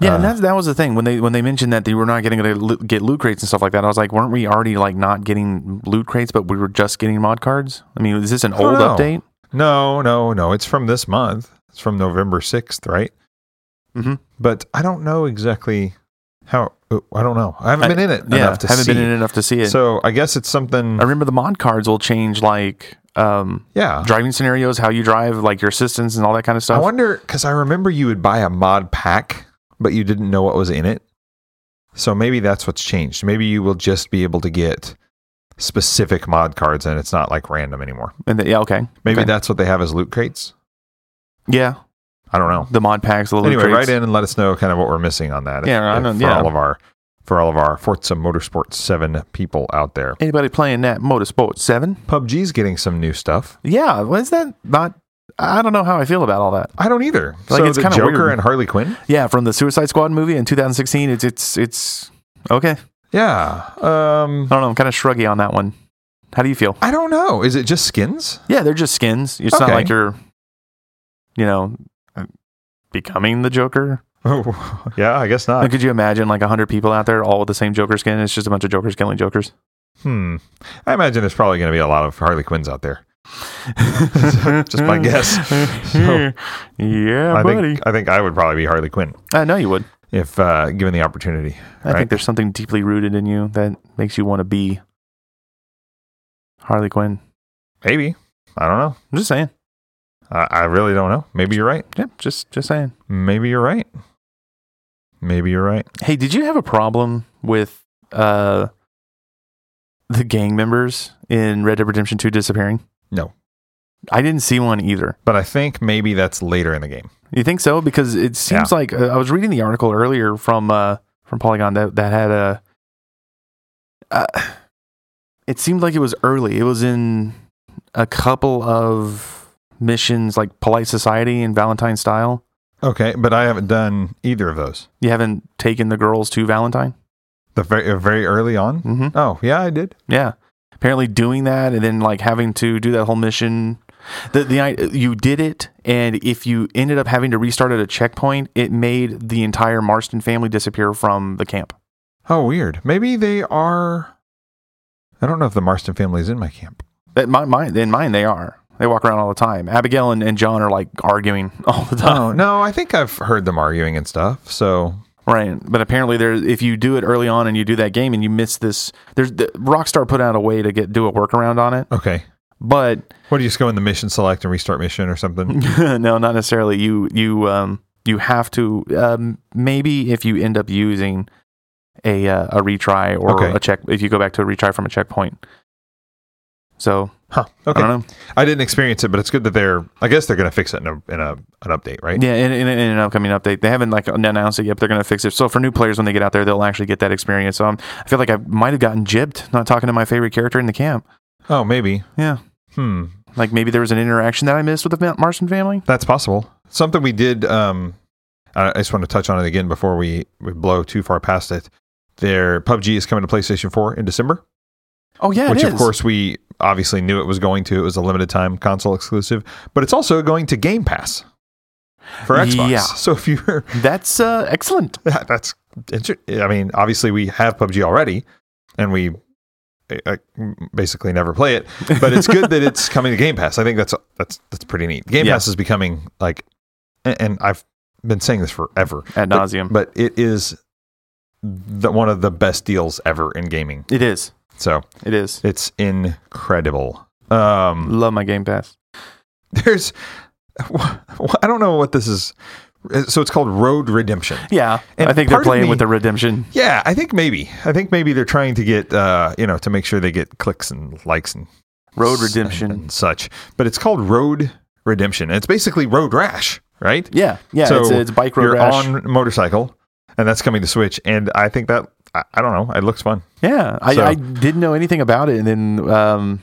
A: Yeah, and
B: uh,
A: that's that was the thing when they when they mentioned that they were not getting to lo- get loot crates and stuff like that. I was like, weren't we already like not getting loot crates, but we were just getting mod cards? I mean, is this an
B: I don't
A: old
B: know.
A: update?
B: no, no, no. It's from this month. It's from November sixth, right? Mm-hmm.
A: Mhm.
B: But I don't know exactly how. oh, I don't know. I haven't
A: I-
B: been in it
A: Yeah,
B: enough to
A: haven't
B: see.
A: been in enough to see it.
B: So I guess it's something.
A: I remember the mod cards will change like um,
B: yeah.
A: driving scenarios, how you drive, like your assistance and all that kind of
B: Uh. I
A: stuff.
B: wonder because I remember you would buy a mod pack, but you didn't know what was in it. So maybe that's what's changed. Maybe you will just be able to get specific mod cards, and it's not like random anymore.
A: and the, yeah, okay,
B: Maybe
A: Okay.
B: that's what they have as loot crates.
A: yeah,
B: I don't know.
A: the mod packs, the loot
B: anyway,
A: crates.
B: write in and let us know kind of what we're missing on that.
A: Yeah, I don't-
B: for
A: yeah.
B: all of our for all of our Forza Motorsport Seven people out there.
A: Anybody playing that Motorsport Seven?
B: PUBG's getting some new stuff.
A: Yeah, well, is that not? I don't know how I feel about all that.
B: I don't either.
A: Like,
B: so
A: it's
B: the
A: kinda
B: Joker
A: weird.
B: and Harley Quinn.
A: Yeah, from the Suicide Squad movie in 2016. It's it's it's okay.
B: Yeah.
A: I
B: Um,
A: don't know. I'm kind of shruggy on that one. How do you feel?
B: I don't know. Is it just skins?
A: Yeah, they're just skins. It's not
B: Okay.
A: like you're, you know, uh, becoming the Joker.
B: Oh, yeah. I guess not.
A: Like, could you imagine like hundred people out there all with the same Joker skin? It's just a bunch of Jokers killing Jokers.
B: Hmm. I imagine there's probably going to be a lot of Harley Quinns out there. Just my guess. So,
A: yeah,
B: I
A: buddy.
B: think I think I would probably be Harley Quinn
A: I know you would.
B: if uh, given the opportunity.
A: I
B: Right.
A: think there's something deeply rooted in you that makes you want to be Harley Quinn.
B: Maybe. I don't know.
A: I'm just saying.
B: I, I really don't know. Maybe you're right.
A: Yeah, just just saying.
B: Maybe you're right. Maybe you're right.
A: Hey, did you have a problem with uh the gang members in Red Dead Redemption 2 disappearing?
B: No.
A: I didn't see one either.
B: But I think maybe that's later in the game.
A: You think so? Because it seems like uh, I was reading the article earlier from uh, from Polygon that that had a. Uh, it seemed like it was early. It was in a couple of missions, like Polite Society and Valentine Style.
B: Okay, but I haven't done either of those.
A: You haven't taken the girls to Valentine.
B: The very uh, very early on.
A: Mm-hmm.
B: Oh yeah, I did.
A: Yeah, apparently doing that and then like having to do that whole mission. The the I- you did it, and if you ended up having to restart at a checkpoint, it made the entire Marston family disappear from the camp.
B: Oh weird. Maybe they are. I don't know if the Marston family is in my camp.
A: That my, my in mine they are. They walk around all the time. Abigail and, and John are like arguing all the time.
B: Oh no, I think I've heard them arguing and stuff. So
A: Right. But apparently there if you do it early on and you do that game and you miss this there's the, Rockstar put out a way to get do a workaround on it.
B: okay,
A: But
B: what do you just go in the mission select and restart mission or
A: Hmm.
B: something?
A: no, not necessarily. You you um you have to um maybe if you end up using a uh, a retry or
B: Okay.
A: a check if you go back to a retry from a checkpoint. So
B: Huh.
A: I
B: Okay.
A: don't know.
B: I didn't experience it, but it's good that they're. I guess they're going to fix it in a in a an update, right?
A: Yeah, in, in, in an upcoming update, they haven't like announced it yet. But they're going to fix it. So for new players, when they get out there, they'll actually get that experience. So I'm, I feel like I might have gotten jibbed not talking to my favorite character in the camp.
B: Oh, maybe.
A: Yeah,
B: Hmm.
A: like maybe there was an interaction that I missed with the Ma- Marston family.
B: That's possible. Something we did. Um, I I just want to touch on it again before we, we blow too far past it. Their PUBG is coming to PlayStation 4 in December,
A: Oh yeah, it
B: which of
A: is.
B: course we obviously knew it was going to. It was a limited time console exclusive, but it's also going to Game Pass for Xbox.
A: Yeah.
B: So if you're
A: that's uh, excellent.
B: that's inter- I mean, obviously we have PUBG already, and we uh, basically never play it. But it's good that it's coming to Game Pass. I think that's that's that's pretty neat. Game
A: Yeah.
B: Pass is becoming like, a- and I've been saying this forever,
A: Ad nauseum.
B: but it is the, one of the best deals ever in gaming.
A: It is.
B: So
A: It is.
B: it's incredible. Um,
A: Love my Game Pass.
B: there's, I don't know what this is. So it's called Road Redemption.
A: Yeah,
B: And
A: I think they're
B: part of
A: playing with
B: me-
A: the redemption.
B: Yeah, I think maybe. I think maybe they're trying to get uh, you know, to make sure they get clicks and likes and
A: Road
B: s-
A: Redemption.
B: and such. But it's called Road Redemption. And it's basically Road Rash, right?
A: Yeah, yeah.
B: So
A: it's, it's bike road
B: You're
A: rash.
B: on motorcycle and that's coming to Switch and I think that I, I don't know, it looks fun.
A: Yeah, I,
B: So-
A: I didn't know anything about it, and then um,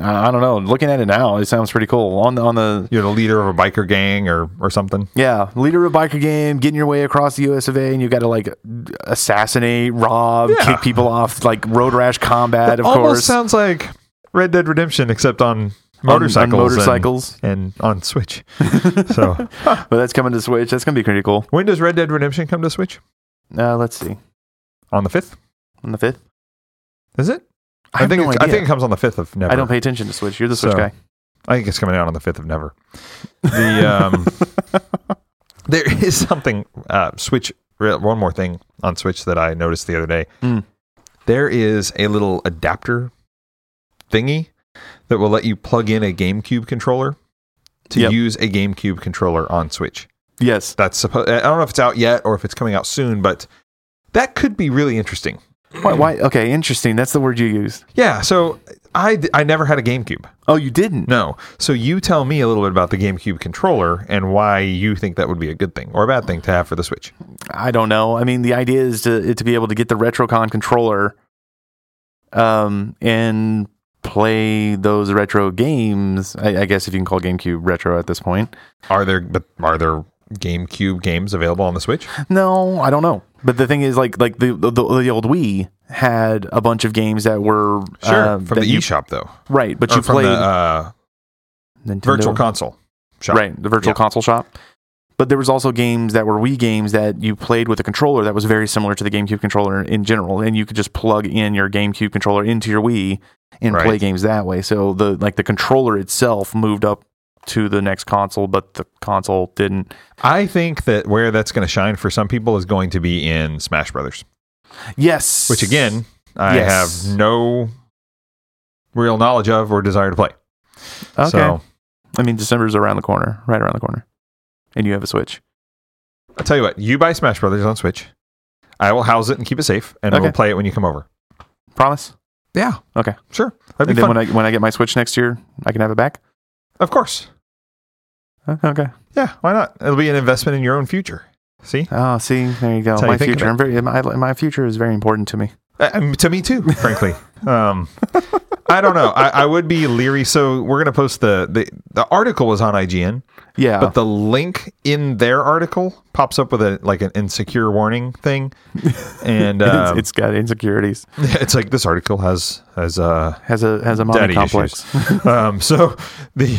A: I, I don't know. Looking at it now, it sounds pretty cool. On the on the
B: You're the leader of a biker gang or or something.
A: yeah, leader of a biker game, getting your way across the U.S. of A. and you got to like assassinate, rob,
B: Yeah.
A: kick people off, like road rash combat, of
B: Almost
A: course,
B: sounds like Red Dead Redemption except on
A: on- on
B: motorcycles. and-
A: motorcycles.
B: and on Switch. so,
A: But that's coming to Switch. That's gonna be pretty cool.
B: when does Red Dead Redemption come to Switch?
A: Uh, let's see,
B: On the 5th?
A: on the fifth.
B: Is it?
A: I,
B: I,
A: have
B: think
A: no
B: it's,
A: idea.
B: I think it comes on the fifth of Never.
A: I don't pay attention to Switch. You're the Switch
B: So,
A: guy.
B: I think it's coming out on the fifth of Never. The um, there is something uh, Switch. re- One more thing on Switch that I noticed the other day.
A: Mm.
B: There is a little adapter thingy that will let you plug in a GameCube controller to
A: Yep.
B: use a GameCube controller on Switch.
A: Yes.
B: That's supposed. I don't know if it's out yet or if it's coming out soon, but that could be really interesting.
A: Why, why? Okay. Interesting. That's the word you used.
B: Yeah. So I d- I never had a GameCube.
A: Oh, you didn't.
B: No. So you tell me a little bit about the GameCube controller and why you think that would be a good thing or a bad thing to have for the Switch.
A: I don't know. I mean, the idea is to to be able to get the RetroCon controller, um, and play those retro games. I, I guess if you can call GameCube retro at this point.
B: Are there but are there GameCube games available on the Switch?
A: No, I don't know. But the thing is, like, like the the, the old Wii had a bunch of games that were uh,
B: from
A: that
B: the
A: you,
B: eShop though.
A: right, but
B: Or
A: you
B: from
A: played
B: the uh,
A: Nintendo-
B: Virtual Console shop.
A: Right, the virtual
B: Yeah.
A: console shop. But there was also games that were Wii games that you played with a controller that was very similar to the GameCube controller in general, and you could just plug in your GameCube controller into your Wii and
B: Right.
A: play games that way. So the like the controller itself moved up to the next console, but the console didn't.
B: I think that where that's going to shine for some people is going to be in Smash Brothers,
A: Yes,
B: which again I
A: Yes.
B: have no real knowledge of or desire to play.
A: okay,
B: So
A: I mean, December's around the corner, right around the corner, and you have a Switch.
B: I'll tell you what, you buy Smash Brothers on Switch. I will house it and keep it safe, and
A: Okay.
B: we'll play it when you come over.
A: Promise.
B: Yeah.
A: Okay.
B: Sure.
A: And
B: That'd be
A: then
B: fun.
A: when I when I get my Switch next year, I can have it back.
B: of course.
A: Huh? Okay.
B: Yeah. Why not? It'll be an investment in your own future. See,
A: Oh, see, there you go.
B: That's how you
A: my
B: think
A: future. I'm very, my, my future is very important to me.
B: Uh, um, to me too, frankly. um, I don't know. I, I would be leery. So we're gonna post the the, the article was on IGN,
A: Yeah.
B: but the link in their article pops up with a like an insecure warning thing, and
A: It's-
B: um,
A: it's got insecurities.
B: it's, like this article has has uh
A: Has a has a mommy
B: daddy
A: complex.
B: issues. um, so the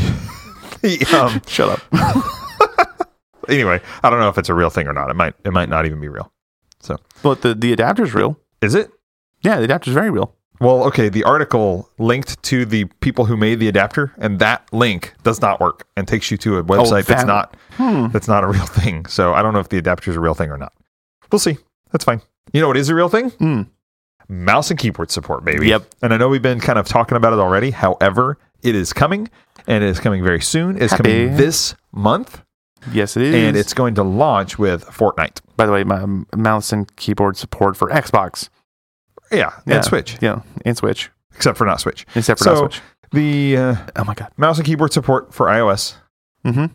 B: the um,
A: Shut up.
B: anyway, I don't know if it's a real thing or not. It might it might not even be real.
A: But the the adapter's real.
B: Is it?
A: Yeah, the adapter's very real.
B: Well, okay, the article linked to the people who made the adapter, and that link does not work and takes you to a website that's
A: Oh, that-
B: not
A: Hmm.
B: that's not a real thing. So I don't know if the adapter is a real thing or not. We'll see. That's fine. You know what is a real thing?
A: Mm.
B: Mouse and keyboard support, baby.
A: Yep.
B: And I know we've been kind of talking about it already. However, it is coming, and it is coming very soon. It's coming
A: Happy.
B: this month,
A: Yes, it is.
B: and it's going to launch with Fortnite.
A: by the way, my um, mouse and keyboard support for Xbox.
B: Yeah,
A: Yeah.
B: and Switch,
A: Yeah, and Switch,
B: except for not Switch.
A: except for
B: So-
A: not Switch.
B: The uh,
A: Oh my god.
B: mouse and keyboard support for iOS
A: Mm-hmm.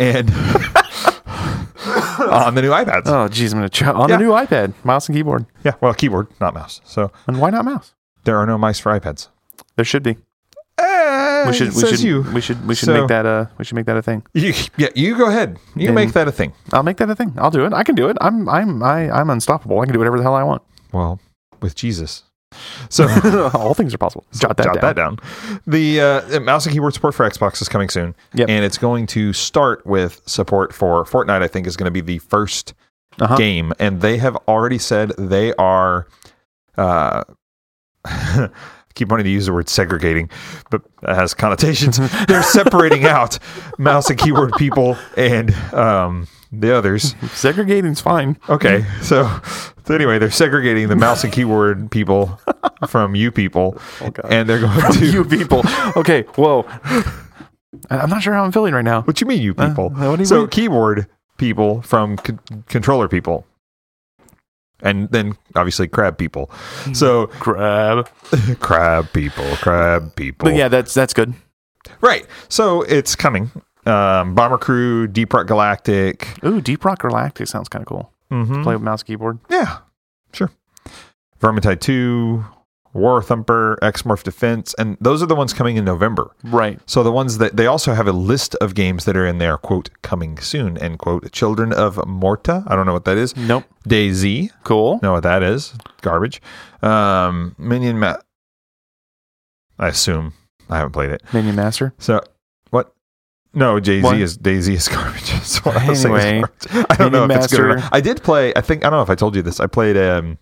B: and on the new iPads.
A: oh, geez, I'm gonna choke on
B: Yeah.
A: the new iPad, mouse and keyboard,
B: Yeah, well, keyboard, not mouse. So
A: and why not mouse?
B: there are no mice for iPads.
A: There should be.
B: Eh,
A: We should. We
B: says
A: should.
B: you.
A: We should. We should
B: So-
A: make that a. We should make that a thing.
B: you. Yeah, you go ahead. You
A: And-
B: make that a thing.
A: I'll make that a thing. I'll do it. I can do it. I'm. I'm. I, I'm unstoppable. I can do whatever the hell I want.
B: Well, with Jesus. So
A: All things are possible. Jot that
B: jot
A: down.
B: that down. The uh, mouse and keyboard support for Xbox is coming soon,
A: Yep.
B: and it's going to start with support for Fortnite. I think is going to be the first
A: Uh-huh.
B: game, and they have already said they are. Uh, I keep wanting to use the word segregating, but that has connotations.
A: Mm-hmm.
B: They're separating out mouse and keyboard people and um, the others.
A: Segregating's fine.
B: Okay, so, so anyway, they're segregating the mouse and keyboard people from you people,
A: Oh god.
B: and they're going to
A: you people. Okay. Whoa. I- I'm not sure how I'm feeling right now.
B: What you mean, you
A: Uh,
B: people?
A: what do you
B: so
A: mean?
B: keyboard people from c- controller people, and then obviously crab people.
A: Hmm.
B: So
A: Crab.
B: crab people, crab people.
A: But yeah, that's that's good.
B: right. So it's coming. Um, Bomber Crew, Deep Rock Galactic.
A: Ooh, Deep Rock Galactic sounds kind of cool.
B: Mhm.
A: Play with mouse keyboard.
B: Yeah, sure. Vermintide Two, War Thumper, X Morph Defense, and those are the ones coming in November.
A: Right.
B: So the ones that they also have a list of games that are in there, quote, coming soon, end quote. Children of Morta. I don't know what that is.
A: Nope.
B: Daisy.
A: Cool.
B: Know what that is? Garbage. Um, Minion Map. I assume I haven't played it.
A: Minion Master.
B: So what? No, Jay
A: What?
B: Z is Daisy is garbage. That's what I was saying. is
A: Anyway,
B: garbage. I don't know if
A: Minion
B: it's good. Or
A: Master.
B: not. I did play. I think I don't know if I told you this. I played. Um,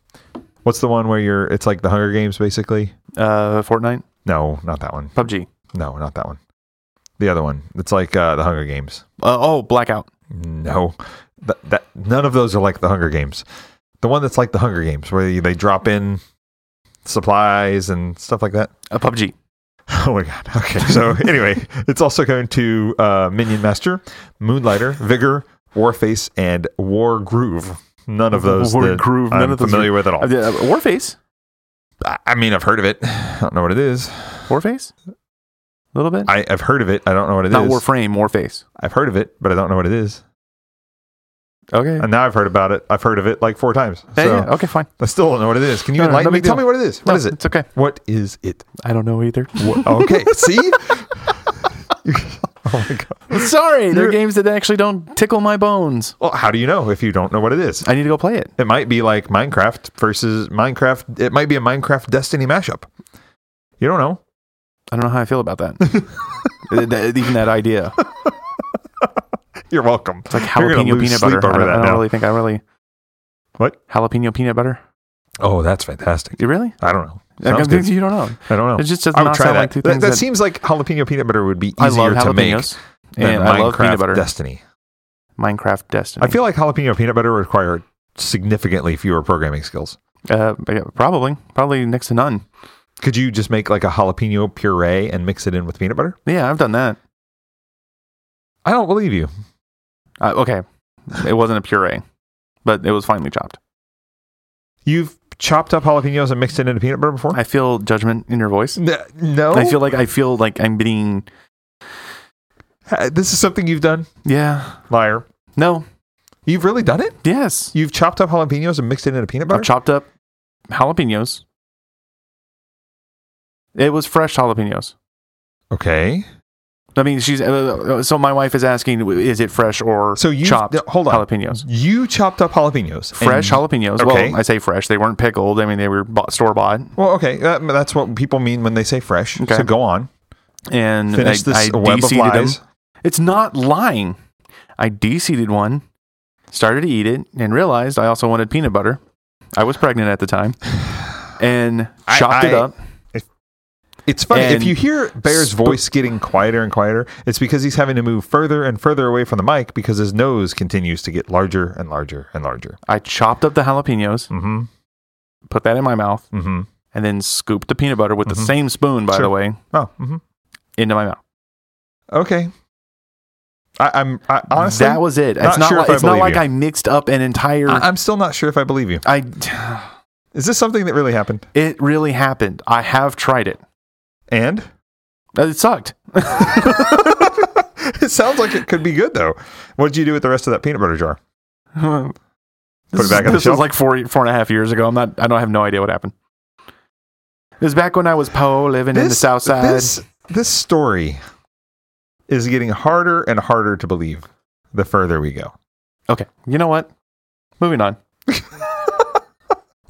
B: what's the one where you're? It's like the Hunger Games, basically.
A: Uh, Fortnite.
B: No, not that one.
A: PUBG.
B: No, not that one. The other one. It's like uh, the Hunger Games.
A: Uh, oh, Blackout.
B: No, that, that none of those are like the Hunger Games. The one that's like the Hunger Games, where you- they drop in supplies and stuff like that.
A: Uh, PUBG.
B: Oh my god. Okay. So anyway, it's also going to uh, Minion Master, Moonlighter, Vigor, Warface, and War Groove. None of those
A: War
B: that
A: Groove,
B: I'm
A: none of those
B: familiar with at
A: Uh,
B: all.
A: yeah, uh, Warface.
B: I- I mean, I've heard of it. I don't know what it is.
A: Warface. A little bit.
B: I, I've heard of it. I don't know what it is.
A: Not Warframe. Warface.
B: I've heard of it, but I don't know what it is.
A: Okay.
B: And now I've heard about it. I've heard of it like four times.
A: Yeah,
B: so
A: yeah, okay, fine.
B: I still don't know what it is. Can you
A: No, no,
B: enlighten
A: no
B: me?
A: big
B: Tell
A: deal.
B: me what it is. What
A: No,
B: is it?
A: It's okay.
B: What is it?
A: I don't know either.
B: What? Okay. See. You- oh my god.
A: Sorry, they're
B: You're-
A: games that actually don't tickle my bones.
B: Well, how do you know if you don't know what it is?
A: I need to go play it.
B: It might be like Minecraft versus Minecraft. It might be a Minecraft Destiny mashup. You don't know.
A: I don't know how I feel about that. Uh, that- Even that idea.
B: You're welcome. It's
A: Like jalapeno peanut butter. I don't, I don't really think I really.
B: What?
A: Jalapeno peanut butter?
B: Oh, that's fantastic.
A: You really?
B: I don't know.
A: Like,
B: Sounds good.
A: You don't know.
B: I don't know.
A: It just does
B: I would
A: not
B: try
A: sound
B: that.
A: like two
B: that,
A: things
B: that
A: that-
B: seems like jalapeno peanut butter would be
A: I
B: easier
A: love
B: to make
A: jalapenos.
B: than
A: And
B: Minecraft
A: I love peanut butter.
B: Destiny.
A: Minecraft Destiny.
B: I feel like jalapeno peanut butter would require significantly fewer programming skills.
A: uh, yeah, probably. Probably next to none.
B: Could you just make like a jalapeno puree and mix it in with peanut butter?
A: Yeah, I've done that.
B: I don't believe you.
A: Uh, okay, it wasn't a puree, but it was finely chopped.
B: You've chopped up jalapenos and mixed it into peanut butter before?
A: I feel judgment in your voice.
B: N- no.
A: I feel like I feel like I'm being
B: Uh, this is something you've done,
A: yeah
B: liar.
A: no
B: You've really done it?
A: yes.
B: You've chopped up jalapenos and mixed it into peanut butter?
A: I've chopped up jalapenos. It was fresh jalapenos.
B: okay.
A: I mean, she's uh, uh, so my wife is asking, w- is it fresh or
B: So you
A: chopped
B: hold on.
A: jalapenos?
B: You chopped up jalapenos. and-
A: Fresh jalapenos.
B: okay.
A: Well, I say fresh. They weren't pickled. I mean, they were bought, store bought.
B: Well, okay, that, that's what people mean when they say fresh.
A: Okay.
B: So go on.
A: And
B: Finish
A: I,
B: this
A: I
B: web of
A: de-seeded them.
B: lies.
A: It's not lying. I de-seeded one, started to eat it, and realized I also wanted peanut butter. I was pregnant at the time, and
B: I-
A: chopped it
B: I-
A: up.
B: It's funny if
A: And
B: you hear Bear's
A: sp-
B: voice getting quieter and quieter. It's because he's having to move further and further away from the mic because his nose continues to get larger and larger and larger.
A: I chopped up the jalapenos,
B: Mm-hmm.
A: put that in my mouth,
B: Mm-hmm.
A: and then scooped the peanut butter with
B: Mhm.
A: the same spoon, by
B: Sure.
A: the way,
B: Oh. Mm-hmm.
A: into my mouth.
B: Okay. I, I'm I, honestly.
A: that was it.
B: not
A: it's not.
B: sure
A: like,
B: if I
A: it's not
B: believe
A: like
B: you.
A: I mixed up an entire.
B: I, I'm still not sure if I believe you.
A: I.
B: Is this something that really happened?
A: It really happened. I have tried it.
B: And
A: Uh, It sucked.
B: it sounds like it could be good though. What did you do with the rest of that peanut butter jar?
A: Put
B: Put it back on the
A: This
B: shelf?
A: was like four, four and a half years ago. I'm not. I don't have no idea what happened. It was back when I was Poe living in the South Side.
B: This, this story is getting harder and harder to believe the further we go.
A: Okay, you know what? Moving on.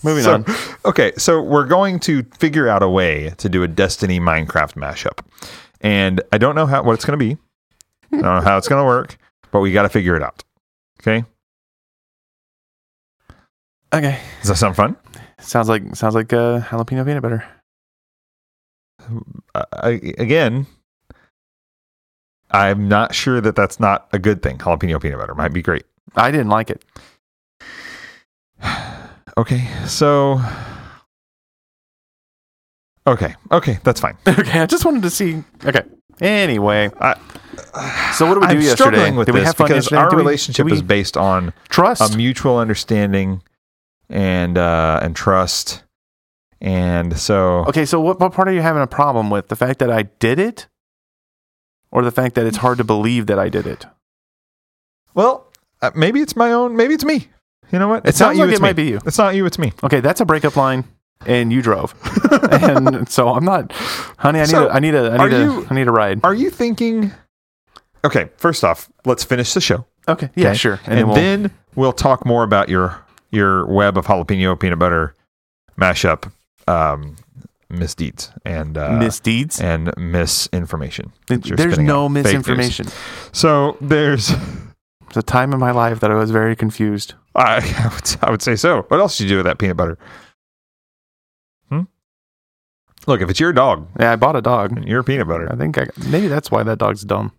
A: Moving
B: So-
A: on.
B: Okay, so we're going to figure out a way to do a Destiny Minecraft mashup. And I don't know how what it's going to be. I don't know how it's going to work, but we got to figure it out. Okay?
A: Okay,
B: Does that sound fun?
A: sounds like sounds like uh, jalapeno peanut butter.
B: Uh, I, again, I'm not sure that that's not a good thing. Jalapeno peanut butter might be great.
A: I didn't like it.
B: Okay, so okay, okay, that's fine.
A: okay, I just wanted to see. Okay. Anyway,
B: I-
A: so what did we do
B: I'm
A: yesterday?
B: struggling with
A: did we
B: this
A: have fun
B: because
A: yesterday?
B: our
A: Did we- did
B: relationship
A: we
B: is based on
A: trust.
B: a mutual understanding and uh, and trust, and so
A: Okay, so what, what part are you having a problem with? The fact that I did it? Or the fact that it's hard to believe that I did it?
B: well, uh, maybe it's my own, maybe it's me. You know what?
A: It sounds like
B: it's
A: it might
B: me.
A: be you.
B: It's not you, it's me.
A: Okay, that's a breakup line, and you drove. and so I'm not, honey. I need
B: So,
A: a, I need a, I
B: are
A: need a,
B: you-
A: I need a ride.
B: Are you thinking? Okay, first off, let's finish the show.
A: Okay, yeah,
B: Okay.
A: sure.
B: and, then, we'll, talk more about your your web of jalapeno peanut butter mashup um, misdeeds and uh,
A: misdeeds.
B: and misinformation. that you're
A: There's
B: spitting
A: no
B: out. Fake news.
A: misinformation.
B: So there's,
A: It's a time in my life that I was very confused.
B: I, I, would, I would say so. What else did you do with that peanut butter? Hmm? Look, if it's your dog
A: Yeah, I bought a dog.
B: and your peanut butter,
A: I think I, maybe that's why that dog's dumb.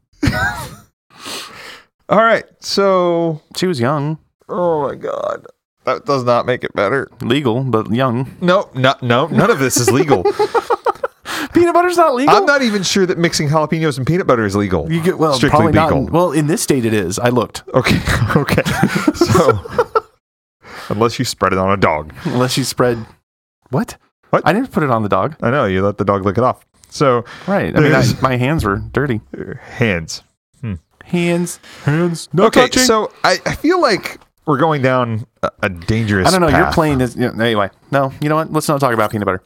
B: all right. So,
A: She was young,
B: oh my god, that does not make it better.
A: legal, but young.
B: No, no, no, none of this is legal.
A: Peanut butter's not legal.
B: I'm not even sure that mixing jalapenos and peanut butter is legal.
A: You get well, probably
B: Strictly
A: not.
B: legal.
A: well, in this state, it is. I looked.
B: Okay, okay. So, unless you spread it on a dog,
A: Unless you spread what?
B: What?
A: I didn't put it on the dog.
B: I know you let the dog lick it off. So,
A: Right. I mean, I,
B: There's-
A: my hands were dirty.
B: uh, hands.
A: Hands, hands. No
B: okay,
A: touching.
B: so I, I feel like we're going down a, a dangerous.
A: I don't know. You're
B: path.
A: playing this. You know, anyway, no. You know what? Let's not talk about peanut butter.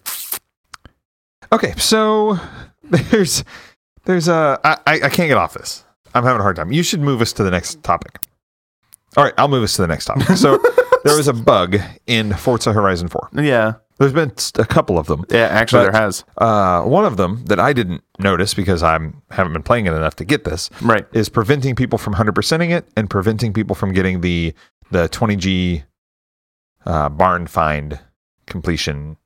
B: Okay, so there's there's a I I, I can't get off this. I'm having a hard time. You should move us to the next topic. All right, I'll move us to the next topic. So there was a bug in Forza Horizon 4.
A: Yeah.
B: There's been s- a couple of them.
A: Yeah. Actually,
B: But-
A: there has.
B: Uh, one of them that I didn't notice because I'm haven't been playing it enough to get this
A: Right.
B: is preventing people from 100%ing it and preventing people from getting the the 20G uh, barn find completion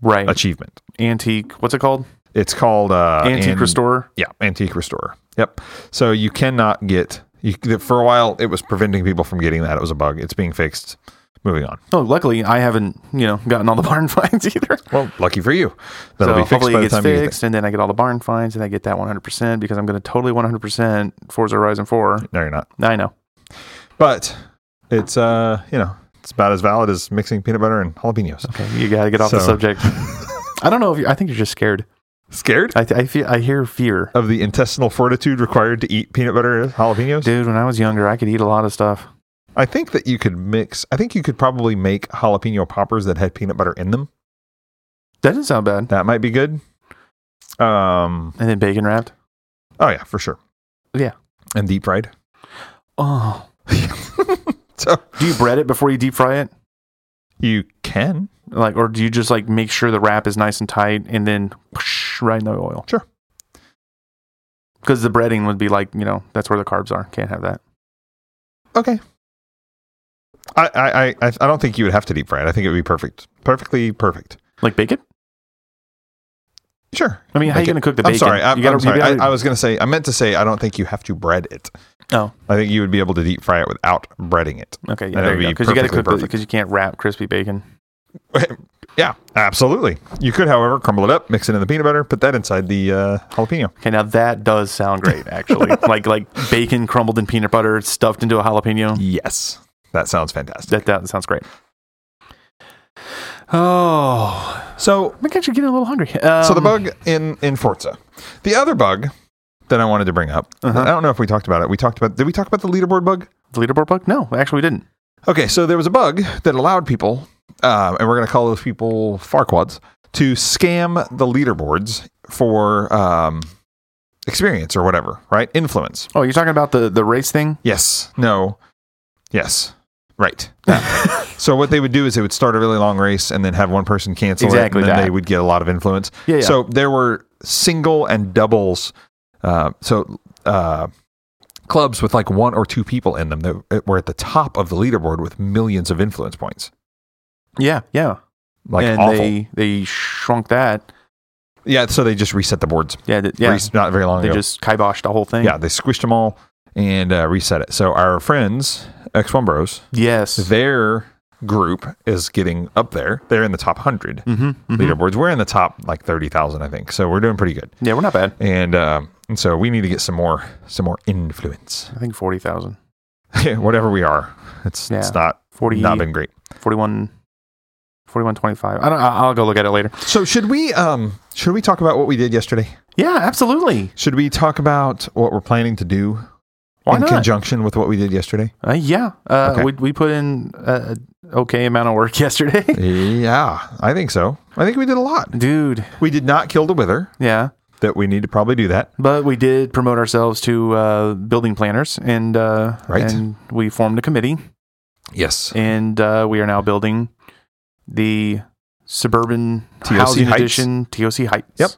A: Right.
B: achievement.
A: Antique. What's it called?
B: It's called uh,
A: Antique
B: an-
A: restorer.
B: Yeah, antique restorer. Yep. So you cannot get you for a while it was preventing people from getting that. It was a bug. It's being fixed. moving on.
A: Oh, luckily I haven't, you know, gotten all the barn finds either.
B: Well, lucky for you. That'll
A: so
B: be fixed
A: hopefully
B: by
A: it
B: the
A: gets
B: time you get
A: fixed, and then I get all the barn finds, and I get that 100% because I'm going to totally 100% Forza Horizon 4.
B: there. No, you're not.
A: I know.
B: But it's uh, you know, it's about as valid as mixing peanut butter and jalapenos.
A: Okay, you got to get off the
B: So-
A: subject. I don't know if you, I think you're just scared.
B: Scared
A: I, th- I feel I hear fear,
B: of the intestinal fortitude required to eat peanut butter and jalapenos.
A: dude. When I was younger, I could eat a lot of stuff.
B: I think that you could mix. I think you could probably make jalapeno poppers that had peanut butter in them.
A: That didn't sound bad.
B: That might be good. Um.
A: And then bacon wrapped.
B: Oh yeah, for sure.
A: Yeah.
B: And deep fried.
A: Oh,
B: So
A: do you bread it before you deep fry it?
B: you can.
A: Like, or do you just like make sure the wrap is nice and tight, and then whoosh, right in the oil?
B: Sure.
A: Because the breading would be like, you know, that's where the carbs are. Can't have that.
B: Okay. I I I I I don't think you would have to deep fry it. I think it would be perfect. Perfectly perfect.
A: Like bake it.
B: Sure.
A: I mean, how
B: Like
A: you going
B: it-
A: to cook the
B: I'm
A: bacon?
B: sorry. I'm,
A: you gotta-
B: I'm sorry.
A: you gotta-
B: I, I was going to say, I meant to say, I don't think you have to bread it.
A: Oh.
B: I think you would be able to deep fry it without breading it.
A: Okay, yeah,
B: That
A: there
B: would
A: you go.
B: be
A: Because you got to
B: perfectly
A: cook it
B: perfect.
A: because you can't wrap crispy bacon.
B: yeah, absolutely. You could, however, crumble it up, mix it in the peanut butter, put that inside the uh, jalapeno.
A: Okay, now that does sound great, actually. like like bacon crumbled in peanut butter, stuffed into a jalapeno.
B: Yes. That sounds fantastic.
A: That that sounds great. Oh,
B: So,
A: I'm actually getting a little hungry. Um,
B: so the bug in in Forza. The other bug that I wanted to bring up.
A: Uh-huh.
B: I don't know if we talked about it. We talked about Did we talk about the leaderboard bug?
A: the leaderboard bug? No, actually, we didn't.
B: Okay, so there was a bug that allowed people, uh, and we're going to call those people Farquads, to scam the leaderboards for um, experience or whatever, right? Influence.
A: Oh, you're talking about the the race thing?
B: Yes. No. Yes. Right. so what they would do is they would start a really long race and then have one person cancel
A: Exactly
B: it, and then
A: that.
B: they would get a lot of influence.
A: Yeah, yeah.
B: So there were single and doubles. Uh, so uh, clubs with like one or two people in them that uh, were at the top of the leaderboard with millions of influence points.
A: yeah, yeah.
B: Like
A: and
B: awful.
A: they they shrunk that.
B: yeah. So they just reset the boards.
A: Yeah, th- yeah.
B: Rec- not very long
A: They
B: ago.
A: just kiboshed the whole thing.
B: yeah. They squished them all and uh, reset it. So our friends X1 Bros
A: Yes.
B: their group is getting up there. They're in the top 100
A: mm-hmm,
B: leaderboards. We're in the top like 30,000, I think. So we're doing pretty good.
A: Yeah, we're not bad.
B: And, um, and so we need to get some more, some more influence.
A: I think 40,000.
B: Whatever we are, it's
A: Yeah.
B: it's not
A: 40,
B: not been great.
A: 41 41.25. I don't I- I'll go look at it later.
B: So should we um should we talk about what we did yesterday?
A: Yeah, absolutely.
B: Should we talk about what we're planning to do
A: Why
B: in
A: not?
B: conjunction with what we did yesterday?
A: Uh, yeah. Uh,
B: Okay.
A: we, we put in uh, a okay amount of work yesterday.
B: yeah, I think so. I think we did a lot.
A: Dude.
B: We did not kill the wither.
A: Yeah.
B: That we need to probably do that.
A: But we did promote ourselves to uh, building planners and uh,
B: Right.
A: and we formed a committee
B: Yes.
A: and uh, we are now building the suburban
B: TOC
A: housing
B: Heights.
A: edition TOC Heights.
B: Yep.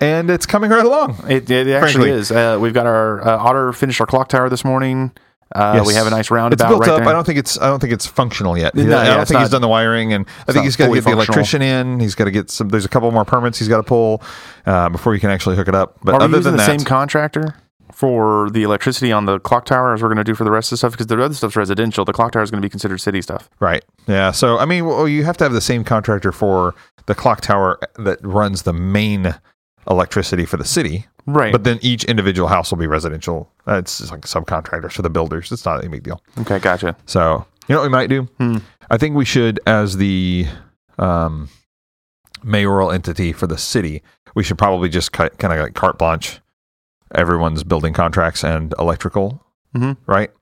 B: And it's coming right along.
A: It, it actually
B: Frankly.
A: is. Uh, we've got our uh, otter finished our clock tower this morning. Uh,
B: Yes.
A: We have a nice roundabout
B: It's built
A: right
B: up.
A: there.
B: I don't think it's. I don't think it's functional yet.
A: No,
B: I
A: yeah,
B: don't
A: it's
B: think he's
A: not-
B: done the wiring, and I
A: not
B: think he's got to
A: fully
B: get the
A: functional.
B: electrician in. He's got to get some. There's a couple more permits he's got to pull uh, before you can actually hook it up. But
A: Are we
B: other
A: using
B: than
A: the
B: that,
A: same contractor for the electricity on the clock tower as we're going to do for the rest of the stuff? Because the other stuff's residential. The clock tower is going to be considered city stuff.
B: right? Yeah. So I mean, well, you have to have the same contractor for the clock tower that runs the main electricity for the city,
A: Right.
B: but then each individual house will be residential. Uh, It's just like subcontractors for the builders. It's not a big deal.
A: okay, gotcha.
B: So you know what we might do?
A: Hmm.
B: I think we should, as the um, mayoral entity for the city, we should probably just kind of like carte blanche everyone's building contracts and electrical,
A: Mhm.
B: right?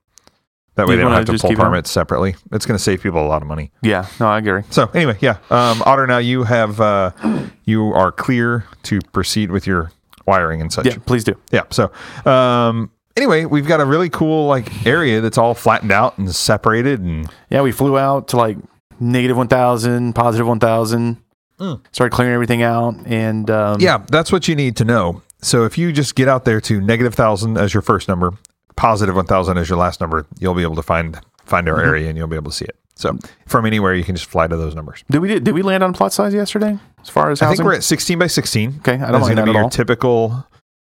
B: That way
A: You
B: they don't
A: wanna
B: have to
A: just
B: pull
A: keep 'em?
B: permits separately. It's going to save people a lot of money.
A: Yeah. No, I agree.
B: So anyway, yeah, um, Otter, now you have uh, you are clear to proceed with your wiring and such.
A: Yeah, please do.
B: Yeah. So, um, anyway, we've got a really cool like area that's all flattened out and separated, and
A: Yeah, we flew out to like negative 1,000, positive 1,000,
B: Mm.
A: started clearing everything out. And um,
B: yeah, that's what you need to know. So if you just get out there to negative thousand as your first number, positive one thousand as your last number, you'll be able to find find our area and you'll be able to see it. So from anywhere, you can just fly to those numbers.
A: did we did we land on plot size yesterday as far as
B: I
A: housing?
B: think we're at sixteen by sixteen.
A: okay, I don't
B: That's
A: mind
B: gonna
A: that
B: be
A: at
B: your
A: all.
B: typical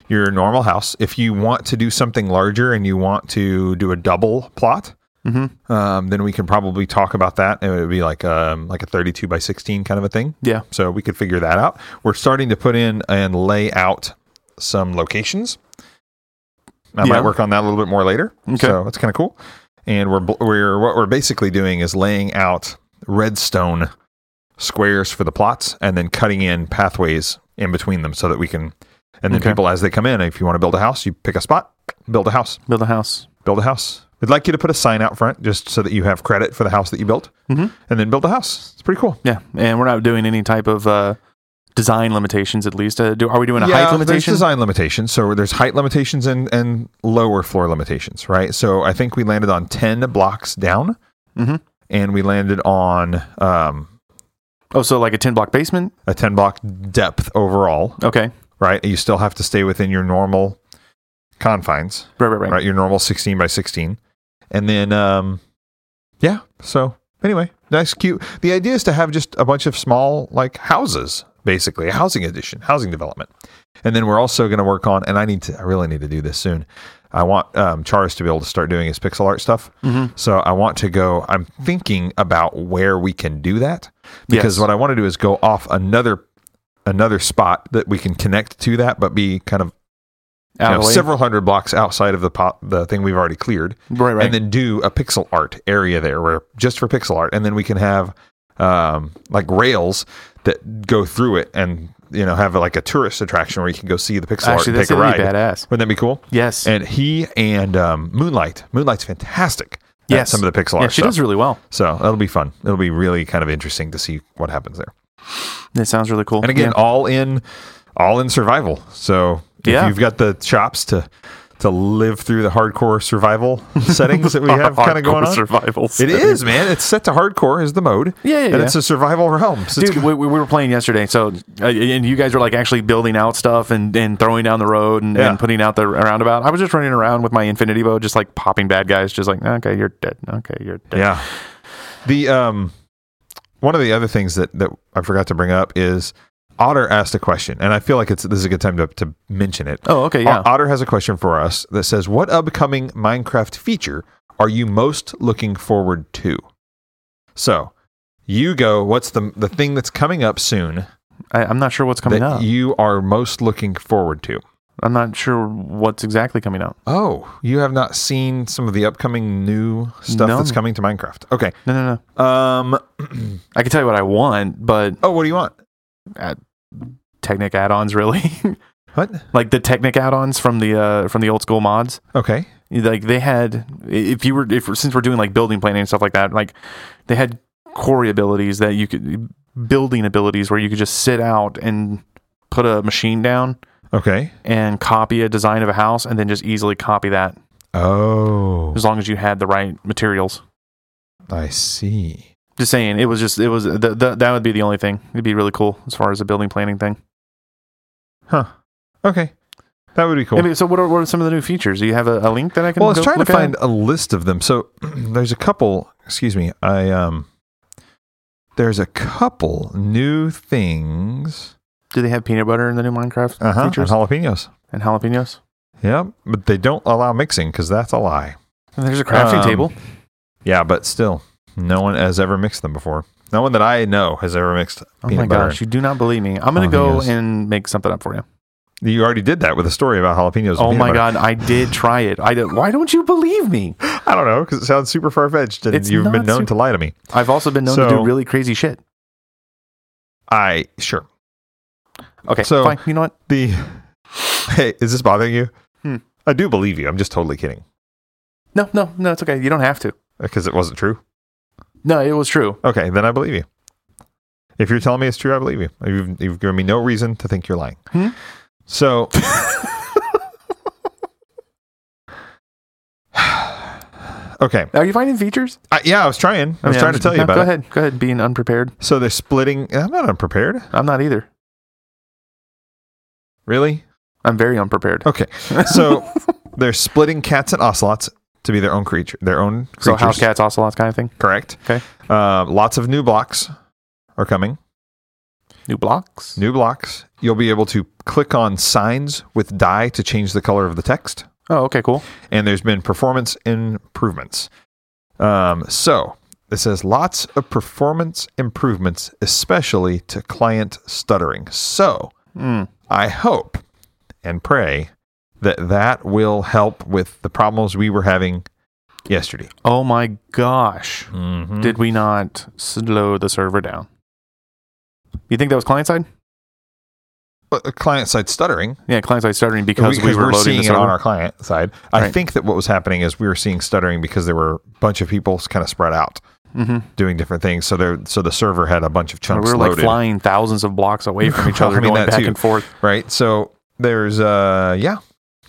B: your normal house. If you want to do something larger and you want to do a double plot,
A: Mm-hmm.
B: um, then we can probably talk about that. And it would be like um, like a 32 by 16 kind of a thing.
A: Yeah.
B: So we could figure that out. We're starting to put in and lay out some locations. I
A: Yeah.
B: might work on that a little bit more later.
A: Okay.
B: So that's kind of cool. And we're bl- we're what we're basically doing is laying out redstone squares for the plots and then cutting in pathways in between them so that we can and then
A: Okay.
B: people as they come in if you want to build a house you pick a spot build a house
A: Build a house.
B: build a house. We'd like you to put a sign out front just so that you have credit for the house that you built
A: Mhm.
B: and then build a house. It's pretty cool.
A: Yeah, and we're not doing any type of uh, design limitations. At least, uh, do, are we doing a height
B: There's
A: limitation?
B: design limitations. So there's height limitations and, and lower floor limitations, right? So I think we landed on 10 blocks down
A: Mhm.
B: and we landed on um,
A: Oh, so like a ten block basement?
B: a 10 block depth overall,
A: Okay,
B: right? You still have to stay within your normal confines,
A: right, right, right.
B: right? Your normal 16 by 16. And then, um, yeah. So anyway, nice, cute. The idea is to have just a bunch of small like houses, basically a housing addition, housing development. And then we're also going to work on, and I need to, I really need to do this soon. I want um, Charis to be able to start doing his pixel art stuff.
A: Mhm.
B: So I want to go, I'm thinking about where we can do that because
A: Yes.
B: what I want to do is go off another, another spot that we can connect to that, but be kind of you
A: Out
B: know,
A: of the way.
B: several hundred blocks outside of the pot, the thing we've already cleared,
A: right, right.
B: and then do a pixel art area there, where just for pixel art, and then we can have um, like rails that go through it, and you know have like a tourist attraction where you can go see the pixel art
A: Actually,
B: and
A: that's
B: take a
A: gonna
B: ride.
A: be badass.
B: Wouldn't that be cool?
A: Yes,
B: And he and um, Moonlight, Moonlight's fantastic. at
A: Yes.
B: some of the pixel
A: yeah,
B: art
A: she
B: stuff.
A: does really well.
B: so that'll be fun. It'll be really kind of interesting to see what happens there.
A: That sounds really cool.
B: And again,
A: Yeah.
B: all in, all in survival. So if
A: Yeah.
B: you've got the chops to to live through the hardcore survival settings that we have kind of going
A: Hardcore
B: on.
A: survival.
B: It is, man. It's set to hardcore is the mode.
A: Yeah, yeah,
B: and
A: yeah.
B: it's a survival realm. So it's
A: Dude, we, we were playing yesterday, so uh, and you guys were like actually building out stuff and, and throwing down the road and,
B: Yeah.
A: and putting out the roundabout. I was just running around with my infinity bow, just like popping bad guys, just like okay, you're dead, okay, you're dead.
B: Yeah. The um one of the other things that that I forgot to bring up is Otter asked a question, and I feel like it's this is a good time to to mention it.
A: Oh, okay, yeah.
B: O- Otter has a question for us that says, "What upcoming Minecraft feature are you most looking forward to?" So, you go. What's the the thing that's coming up soon
A: I, I'm not sure what's coming
B: that
A: up.
B: you are most looking forward to?
A: I'm not sure what's exactly coming up.
B: Oh, you have not seen some of the upcoming new stuff
A: No.
B: that's coming to Minecraft. Okay.
A: No, no, no.
B: Um.
A: I can tell you what I want, but
B: Oh, what do you want?
A: Technic add-ons really,
B: What?
A: like the Technic add-ons from the uh, from the old school mods.
B: Okay.
A: Like they had, if you were, if since we're doing like building planning and stuff like that, like they had quarry abilities that you could building abilities where you could just sit out and put a machine down
B: Okay.
A: and copy a design of a house and then just easily copy that
B: Oh,
A: as long as you had the right materials.
B: I see.
A: Just saying, it was just it was the, the, that would be the only thing. It'd be really cool as far as a building planning thing.
B: Okay. That would be cool.
A: I mean, so what are, what are some of the new features? Do you have a, a link that I can?
B: well, I was
A: go
B: trying to
A: look at?
B: find a list of them. So there's a couple. Excuse me. I um. There's a couple new things.
A: Do they have peanut butter in the new Minecraft
B: Uh-huh. And
A: features
B: jalapenos.
A: and jalapenos?
B: Yep. But they don't allow mixing because that's a lie.
A: And there's a crafting
B: Um,
A: table.
B: Yeah, but still, no one has ever mixed them before. No one that I know has ever mixed
A: Oh my
B: peanut butter.
A: gosh, you do not believe me. I'm gonna go
B: Jalapenos.
A: and make something up for you.
B: You already did that with a story about jalapenos. and
A: Oh
B: peanut
A: my
B: butter.
A: god, I did try it. I did, why don't you believe me?
B: I don't know because it sounds super far fetched, and
A: It's
B: you've been
A: not
B: known
A: super-
B: to lie to me.
A: I've also been known to
B: So-
A: do really crazy shit.
B: I sure.
A: Okay,
B: So-
A: fine. You know what?
B: The hey, is this bothering you?
A: Hmm.
B: I do believe you. I'm just totally kidding
A: No, no, no. It's okay. You don't have to.
B: because it wasn't true.
A: No, it was true.
B: Okay, then I believe you. If you're telling me it's true, I believe you. You've, you've given me no reason to think you're lying.
A: Hmm.
B: So okay,
A: Are you finding features?
B: I, yeah, I was trying. I was
A: Yeah,
B: trying to tell you
A: no,
B: about
A: Go
B: it.
A: ahead. Go ahead. Being unprepared.
B: So they're splitting. I'm not unprepared,
A: I'm not either.
B: really.
A: I'm very unprepared.
B: Okay, so they're splitting cats and ocelots to be their own creature, their own creatures.
A: so house cats, ocelots, kind of thing.
B: correct?
A: Okay.
B: Uh, lots of new blocks are coming.
A: New blocks.
B: New blocks. You'll be able to click on signs with dye to change the color of the text.
A: Oh, okay, cool.
B: And there's been performance improvements. Um, so it says lots of performance improvements, especially to client stuttering. So
A: Mm.
B: I hope and pray that that will help with the problems we were having yesterday.
A: Oh my gosh.
B: Mm-hmm.
A: Did we not slow the server down? You think that was client side?
B: client side uh, stuttering
A: Yeah, client side stuttering because we, were,
B: are
A: loading
B: seeing
A: the
B: it
A: server.
B: on our client side. I
A: Right.
B: think that what was happening is we were seeing stuttering because there were a bunch of people kind of spread out
A: mm-hmm.
B: doing different things. So there, so the server had a bunch of
A: we
B: chunks
A: were like
B: loaded,
A: flying thousands of blocks away from each
B: I
A: other,
B: mean,
A: going
B: that
A: back
B: too.
A: and forth.
B: right? So there's, uh, yeah,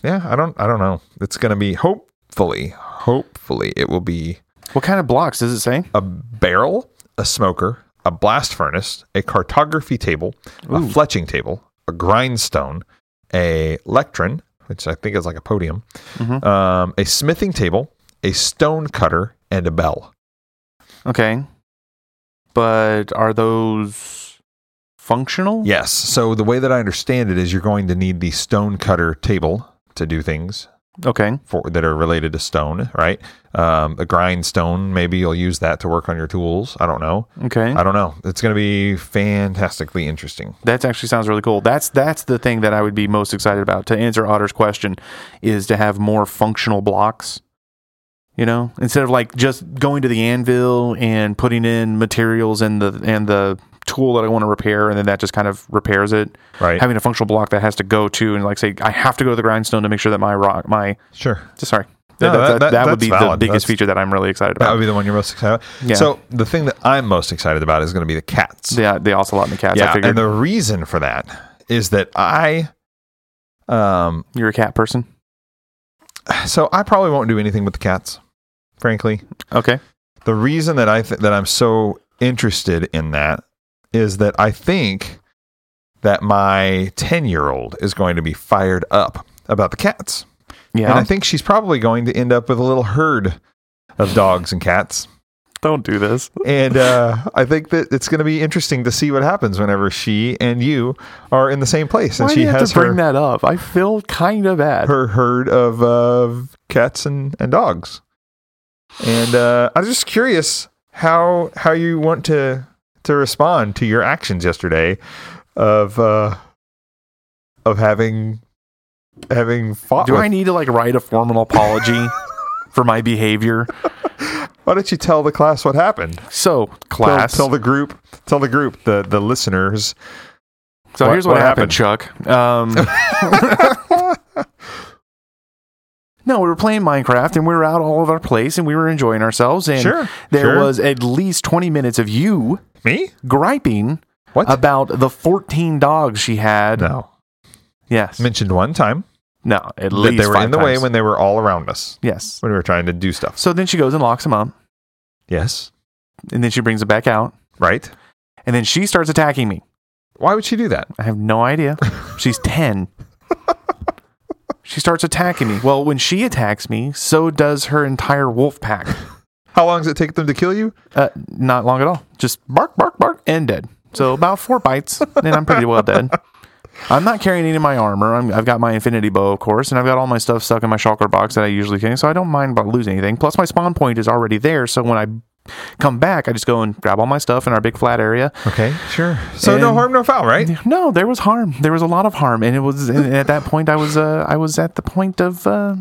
B: yeah. I don't, I don't know. It's gonna be hopefully, hopefully it will be
A: What kind of blocks does it say?
B: a barrel, a smoker, a blast furnace, a cartography table, a
A: Ooh.
B: fletching table, a grindstone, a lectern, which I think is like a podium,
A: Mhm.
B: um, a smithing table, a stone cutter, and a bell.
A: Okay, but are those functional?
B: Yes. So the way that I understand it is you're going to need the stone cutter table to do things
A: Okay.
B: for that are related to stone, right? Um, a grindstone, maybe you'll use that to work on your tools. I don't know.
A: Okay.
B: I don't know. It's going to be fantastically interesting.
A: That actually sounds really cool. That's that's the thing that I would be most excited about to answer Otter's question is to have more functional blocks. You know, instead of like just going to the anvil and putting in materials and the and the tool that I want to repair, and then that just kind of repairs it.
B: Right.
A: Having a functional block that has to go to and like say I have to go to the grindstone to make sure that my rock my
B: Sure.
A: sorry that, that,
B: No, that- that-
A: that would
B: that's
A: be the
B: valid.
A: biggest
B: That's-
A: feature that I'm really excited
B: That would
A: about.
B: be the one you're most excited about.
A: Yeah.
B: So the thing that I'm most excited about is going to be the cats.
A: The the ocelot and the cats. I
B: yeah.
A: figured
B: And the reason for that is that I, um,
A: you're a cat person.
B: so I probably won't do anything with the cats. Frankly,
A: Okay.
B: the reason that I th- that I'm so interested in that is that I think that my ten year old is going to be fired up about the cats, and
A: Yeah.
B: I think she's probably going to end up with a little herd of dogs and cats.
A: Don't do this.
B: and uh, I think that it's going to be interesting to see what happens whenever she and you are in the same place, and
A: Why
B: she
A: do you
B: has
A: have to bring
B: her,
A: that up? I feel kind of bad.
B: her herd of uh, cats and, and dogs. And uh, I'm just curious how how you want to to respond to your actions yesterday of uh, of having having fought.
A: do
B: with-
A: I need to like write a formal apology for my behavior?
B: Why don't you tell the class what happened?
A: So,
B: Tell-
A: class.
B: tell, the group, tell the group, the the listeners.
A: so
B: what-
A: here's what,
B: what
A: happened, Chuck. Um, no, we were playing Minecraft and we were out all of our place and we were enjoying ourselves. And
B: Sure,
A: there
B: sure.
A: was at least 20 minutes of you
B: Me?
A: griping
B: What?
A: about the 14 dogs she had.
B: no.
A: Yes.
B: mentioned one time
A: no, at
B: that
A: least
B: they were
A: five
B: in the way
A: times.
B: when they were all around us
A: Yes.
B: when we were trying to do stuff.
A: So then she goes and locks him up
B: Yes,
A: and then she brings it back out
B: right?
A: and then she starts attacking me.
B: Why would she do that?
A: I have no idea. She's 10. she starts attacking me. Well, when she attacks me, so does her entire wolf pack.
B: How long does it take them to kill you?
A: Uh, not long at all. Just bark, bark, bark, and dead. So about four bites, and I'm pretty well dead. I'm not carrying any of my armor. I'm, I've got my infinity bow, of course, and I've got all my stuff stuck in my shulker box that I usually carry, so I don't mind about losing anything. Plus, my spawn point is already there, so when I come back, I just go and grab all my stuff in our big flat area,
B: Okay, sure. So no
A: And-
B: harm, no foul, right?
A: No, there was harm. There was a lot of harm, and it was. And at that point, I was. Uh, I was at the point of uh,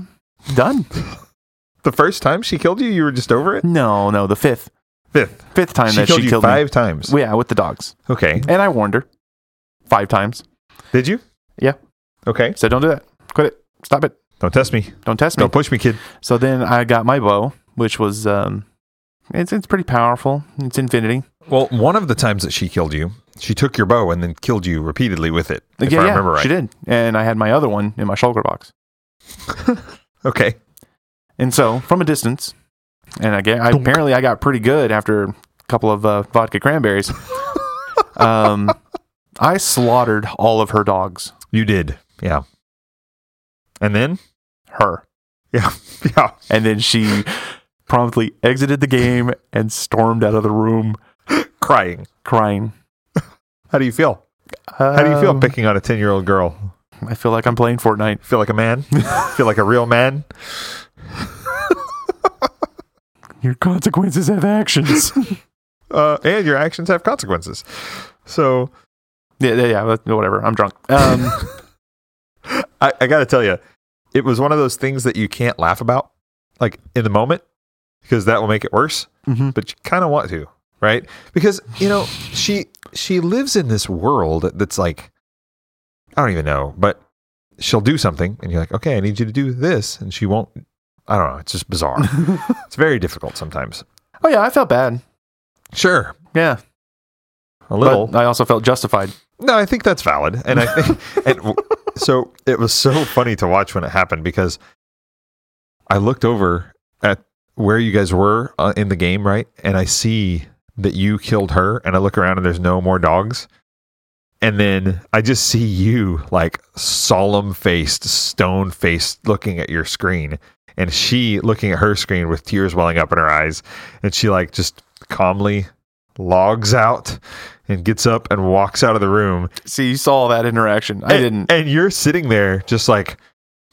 A: done.
B: The first time she killed you, you were just over it.
A: No, no, the fifth,
B: Fifth,
A: fifth time
B: she
A: that
B: killed
A: Mm-hmm. she
B: you
A: killed
B: five times.
A: me. Yeah, with the dogs,
B: Okay,
A: and I warned her five times.
B: did you?
A: Yeah.
B: Okay.
A: Said, "Don't do that. Quit it. Stop it.
B: Don't test me.
A: Don't test me."
B: Don't push me, kid.
A: So then I got my bow, which was. Um, it's it's pretty powerful. It's infinity.
B: Well, one of the times that she killed you, she took your bow and then killed you repeatedly with it. If
A: yeah,
B: I remember
A: yeah,
B: right.
A: she did, and I had my other one in my shoulder box.
B: Okay.
A: And so, from a distance, and I get, I, apparently I got pretty good after a couple of uh, vodka cranberries. um, I slaughtered all of her dogs.
B: You did. Yeah. And then?
A: Her,
B: Yeah. Yeah.
A: and then she promptly exited the game and stormed out of the room
B: Crying.
A: crying.
B: How do you feel? How do you feel
A: Um,
B: picking on a 10 year old girl?
A: I feel like I'm playing Fortnite.
B: Feel like a man? feel like a real man?
A: Your consequences have actions.
B: uh, and your actions have consequences. So
A: yeah, yeah, yeah. that- Whatever. I'm drunk. Um,
B: I, I got to tell you, it was one of those things that you can't laugh about, like in the moment, because that will make it worse.
A: mhm.
B: But you kind of want to, right? Because you know she she lives in this world that's like I don't even know, but she'll do something, and you're like, okay, I need you to do this, and she won't. I don't know. It's just bizarre. it's very difficult sometimes.
A: Oh yeah, I felt bad.
B: Sure,
A: Yeah,
B: a little.
A: But I also felt justified.
B: No, I think that's valid, and I think and w- so. It was so funny to watch when it happened because I looked over at where you guys were uh, in the game, right? And I see that you killed her, and I look around and there's no more dogs, and then I just see you like solemn faced, stone faced, looking at your screen, and she looking at her screen with tears welling up in her eyes, and she like just calmly logs out and gets up and walks out of the room
A: See, you saw that interaction. I
B: and,
A: didn't.
B: And you're sitting there just like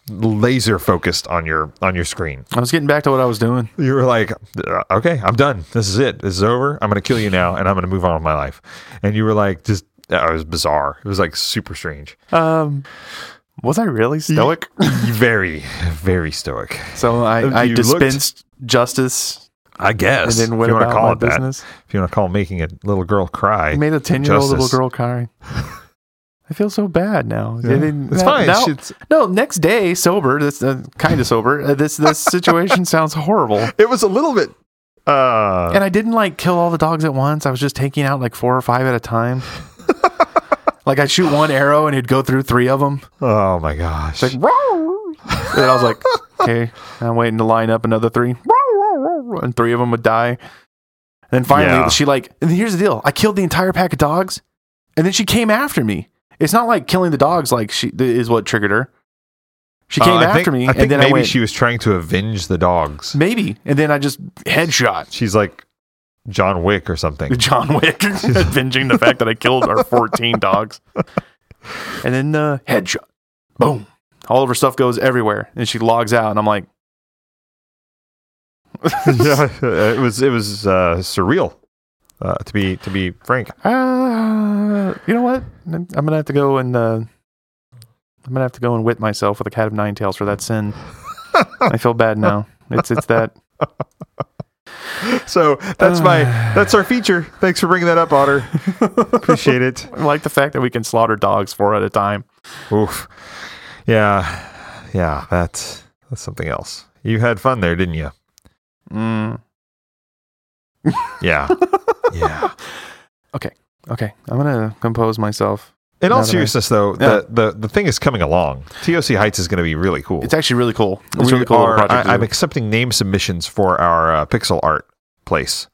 B: laser focused on your on your screen.
A: I was getting back to what I was doing.
B: You were like, "Uh, "Okay, I'm done. This is it. This is over. I'm going to kill you now and I'm going to move on with my life." And you were like just uh, it was bizarre. It was like super strange.
A: Um, was I really stoic?
B: very very stoic.
A: So I, I
B: You looked-
A: dispensed justice
B: I
A: and
B: guess.
A: then
B: if
A: went
B: you want
A: about
B: to call
A: my
B: it that.
A: business.
B: If you want to call making a little girl cry.
A: I made a ten-year-old little
B: Justice.
A: girl cry. I feel so bad now. I
B: Yeah.
A: didn't-
B: it's
A: that-
B: fine.
A: now-
B: It's-
A: no, next day sober. This uh, kind of sober. Uh, this this situation sounds horrible.
B: it was a little bit uh
A: And I didn't like kill all the dogs at once. I was just taking out like four or five at a time. like I'd shoot one arrow and it'd go through three of them.
B: oh my gosh.
A: It's like, "Roar." and I was like, okay, I'm waiting to line up another three. Roar, roar, roar, And three of them would die. And then finally,
B: Yeah.
A: she like, and here's the deal I killed the entire pack of dogs. And then she came after me. It's not like killing the dogs, like she th- is what triggered her. She came
B: Uh, I
A: after me.
B: think- I think
A: and then
B: maybe
A: I went,
B: she was trying to avenge the dogs.
A: maybe. And then I just headshot.
B: She's like John Wick or something.
A: John Wick, avenging the fact that I killed our 14 dogs. And then uh, headshot. Boom. All of her stuff goes everywhere. And she logs out, and I'm like,
B: yeah, it was it was uh, surreal. Uh, to be to be frank,
A: uh, you know what? I'm going to have to go and. Uh, I'm gonna have to go and whip myself with a cat of nine tails for that sin. I feel bad now. It's it's that.
B: so that's my that's our feature. Thanks for bringing that up, Otter. Appreciate it.
A: I like the fact that we can slaughter dogs four at a time.
B: Oof. Yeah, yeah. That's that's something else. You had fun there, didn't you?
A: Mm.
B: Yeah, yeah.
A: Okay, I'm gonna compose myself.
B: In all
A: Not a bad-
B: seriousness, though, the, the the thing is coming along. TOC Heights is going to be really cool.
A: It's actually really cool. It's
B: we
A: really cool little
B: are,
A: project to
B: I,
A: do.
B: I'm accepting name submissions for our uh, pixel art place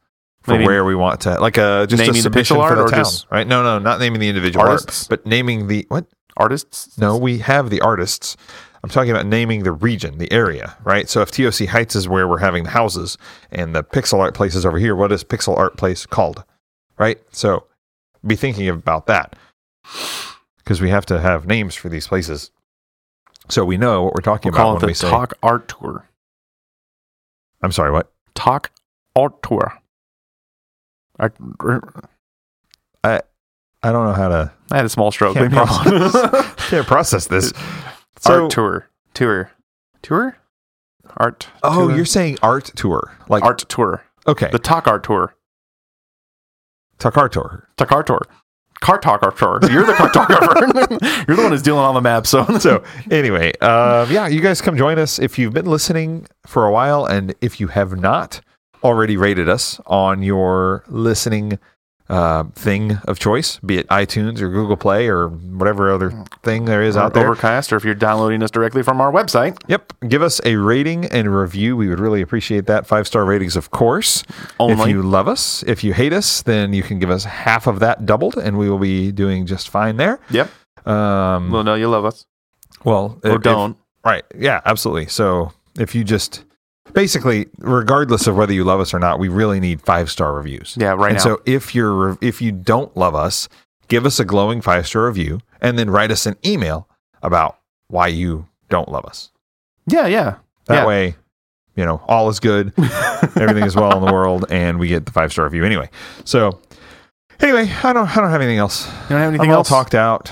B: for
A: What do you mean?
B: where we want to like uh, just
A: Naming
B: a
A: the
B: submission
A: pixel
B: for
A: art
B: the
A: or
B: town,
A: just-
B: right? No, no, not naming the individual
A: Artists?
B: art, but naming the what?
A: artists.
B: No, we have the artists. I'm talking about naming the region, the area, right? So if TOC Heights is where we're having the houses and the pixel art place is over here, what is pixel art place called? Right? So be thinking about that because we have to have names for these places. So we know what we're talking
A: We'll call it
B: about when
A: the
B: we say.
A: Talk Art Tour.
B: I'm sorry, what?
A: Talk Art Tour. I,
B: I don't know how to
A: I had a small stroke.
B: Can't
A: Leave me alone.
B: can't process this.
A: art tour, tour, tour, art.
B: oh,
A: tour?
B: you're saying art tour, like
A: art tour.
B: okay,
A: The Talk Art Tour.
B: Takar tour.
A: Talk Art Tour. Car Talk Art Tour. You're the cartographer. you're the one who's dealing on the map. So,
B: So anyway, um, yeah, you guys come join us if you've been listening for a while, and if you have not already rated us on your listening uh, thing of choice, be it iTunes or Google Play or whatever other thing there is
A: Or
B: out there.
A: Overcast, or if you're downloading us directly from our website,
B: Yep, give us a rating and review. We would really appreciate that. Five star ratings, of course.
A: Only.
B: If you love us, if you hate us, then you can give us half of that doubled, and we will be doing just fine there.
A: Yep.
B: Um,
A: we'll know you love us.
B: well,
A: Or
B: if-
A: don't.
B: if- right? Yeah, absolutely. So if you just basically, regardless of whether you love us or not, we really need five star reviews.
A: yeah, right
B: and
A: now.
B: so if you're if you don't love us, give us a glowing five star review, and then write us an email about why you don't love us.
A: yeah, yeah.
B: That
A: Yeah.
B: way, you know, all is good, everything is well in the world, and we get the five star review anyway. So anyway, I don't I don't have anything else.
A: You don't have anything
B: I'm all
A: else?
B: talked out.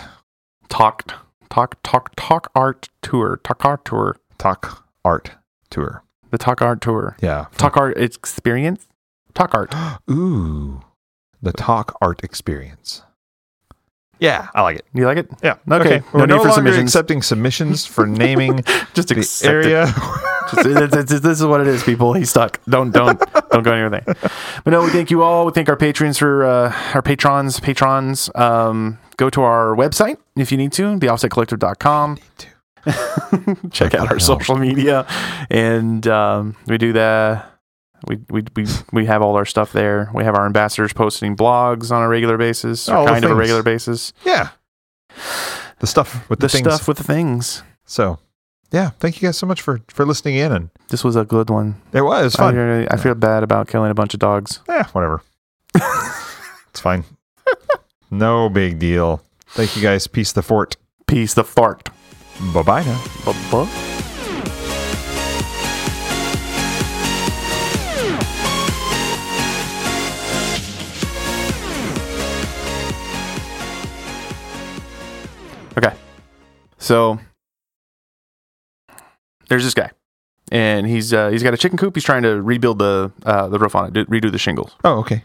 A: talked, talk, talk, talk art tour, talk art tour,
B: Talk art tour.
A: the talk art tour,
B: Yeah.
A: talk art experience, talk art.
B: Ooh. The talk art experience. Yeah, I like it.
A: You like it?
B: Yeah.
A: Okay.
B: We're
A: No
B: no,
A: need for
B: longer
A: submissions.
B: accepting submissions for naming
A: Just
B: the
A: accept it.
B: area.
A: Just- it's- it's- this is what it is, people. He's stuck. Don't don't don't go anywhere there. But no, we thank you all. We thank our patrons for uh, our patrons, patrons. Um, go to our website if you need to, theoffsetcollective.com. Check out our social media, and um, we do the we, we we we have all our stuff there. We have our ambassadors posting blogs on a regular basis, or
B: Oh, All the
A: kind of a
B: things.
A: regular basis.
B: yeah. The stuff with the,
A: The
B: things.
A: stuff with the things.
B: So, yeah, thank you guys so much for for listening in, and
A: This was a good one.
B: it was
A: I,
B: fun.
A: really- I feel bad about killing a bunch of dogs.
B: yeah, Eh, whatever. it's fine. no big deal. Thank you guys. Peace the fort.
A: Peace the fart.
B: Bye bye now.
A: Bye-bye. Okay. So there's this guy, and he's uh, he's got a chicken coop. He's trying to rebuild the uh, the roof on it, do, redo the shingles.
B: Oh, okay.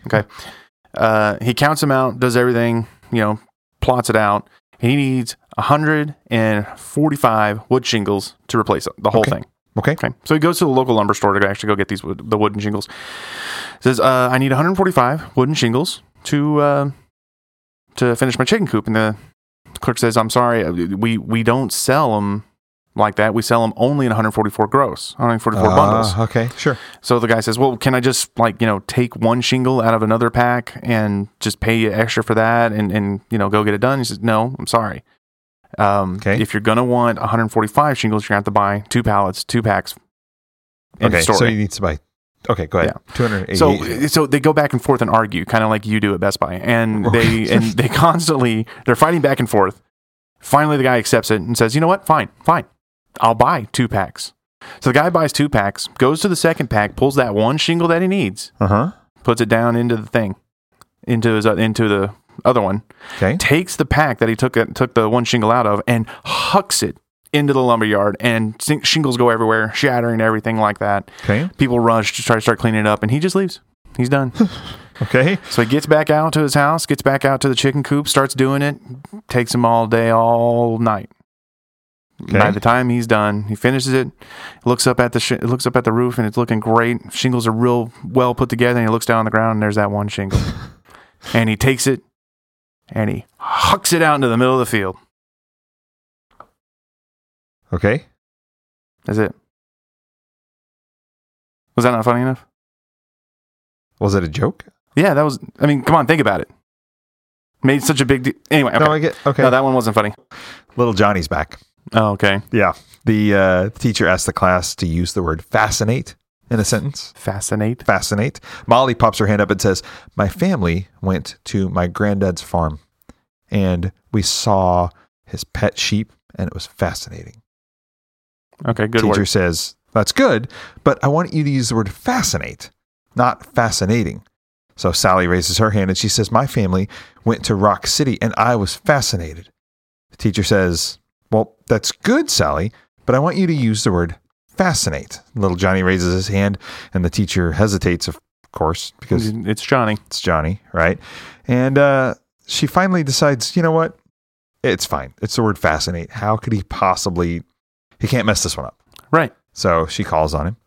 A: Uh, he counts them out, does everything, you know, plots it out. He needs 145 wood shingles to replace it, the whole
B: Okay.
A: thing.
B: Okay.
A: Okay. So he goes to the local lumber store to actually go get these wood, the wooden shingles. Says, uh, I need 145 wooden shingles to uh, to finish my chicken coop. And the clerk says, I'm sorry, uh, we we don't sell them like that. We sell them only in 144 gross, 144 bundles.
B: Ah, okay. Sure.
A: So the guy says, "Well, can I just like you know take one shingle out of another pack and just pay you extra for that and and you know go get it done?" He says, "No, I'm sorry. Um,
B: Okay.
A: If you're gonna want 145 shingles, you're gonna have to buy two pallets, two packs." End
B: okay.
A: of story.
B: So you need to buy. Okay. Go ahead. Two hundred eighty.
A: So so they go back and forth and argue, kind of like you do at Best Buy, and they and they constantly they're fighting back and forth. Finally, the guy accepts it and says, "You know what? Fine, fine, I'll buy two packs." So the guy buys two packs, goes to the second pack, pulls that one shingle that he needs,
B: Uh huh.
A: puts it down into the thing, into his uh, into the other one,
B: Okay.
A: takes the pack that he took took the one shingle out of and hucks it into the lumber yard, and sing- shingles go everywhere, shattering everything like that.
B: Okay.
A: People rush to try to start cleaning it up, and he just leaves. He's done.
B: Okay.
A: So he gets back out to his house, gets back out to the chicken coop, starts doing it, takes him all day, all night.
B: Okay.
A: By the time he's done, he finishes it, looks up at the sh- looks up at the roof, and it's looking great. Shingles are real well put together, and he looks down on the ground, and there's that one shingle. and he takes it, and he hucks it out into the middle of the field.
B: Okay.
A: That's it. Was that not funny enough?
B: Was it a joke?
A: Yeah, that was. I mean, come on, think about it. Made such a big deal. Anyway, okay.
B: No, I get. Okay.
A: no, that one wasn't funny.
B: Little Johnny's back.
A: Oh, okay.
B: Yeah. The uh, teacher asked the class to use the word fascinate in a sentence.
A: Fascinate.
B: Fascinate. Molly pops her hand up and says, My family went to my granddad's farm and we saw his pet sheep and it was fascinating.
A: Okay, good
B: teacher
A: word.
B: says, That's good, but I want you to use the word fascinate, not fascinating. So Sally raises her hand and she says, My family went to Rock City and I was fascinated. The teacher says, Well, that's good, Sally, but I want you to use the word fascinate. Little Johnny raises his hand and the teacher hesitates, of course, because
A: It's Johnny.
B: it's Johnny, right? And uh, she finally decides, you know what? It's fine. It's the word fascinate. How could he possibly? He can't mess this one up.
A: Right.
B: So she calls on him,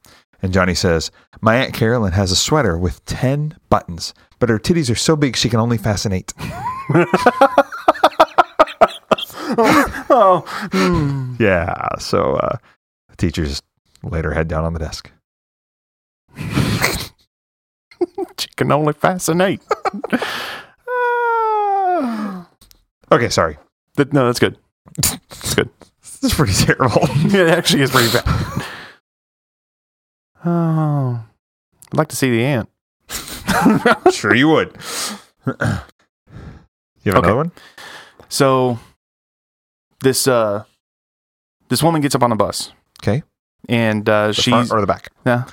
B: and Johnny says, My Aunt Carolyn has a sweater with 10 buttons, but her titties are so big she can only fascinate.
A: Oh.
B: Yeah. So uh, the teacher just laid her head down on the desk.
A: She can only fascinate. Ah.
B: Okay, sorry.
A: That- no, that's good.
B: It's good. This is pretty terrible.
A: It actually is pretty bad. Oh. I'd like to see the ant.
B: sure, you would. you have another one?
A: so this uh this woman gets up on the bus.
B: Okay.
A: and uh,
B: The
A: she's
B: front or the back?
A: yeah.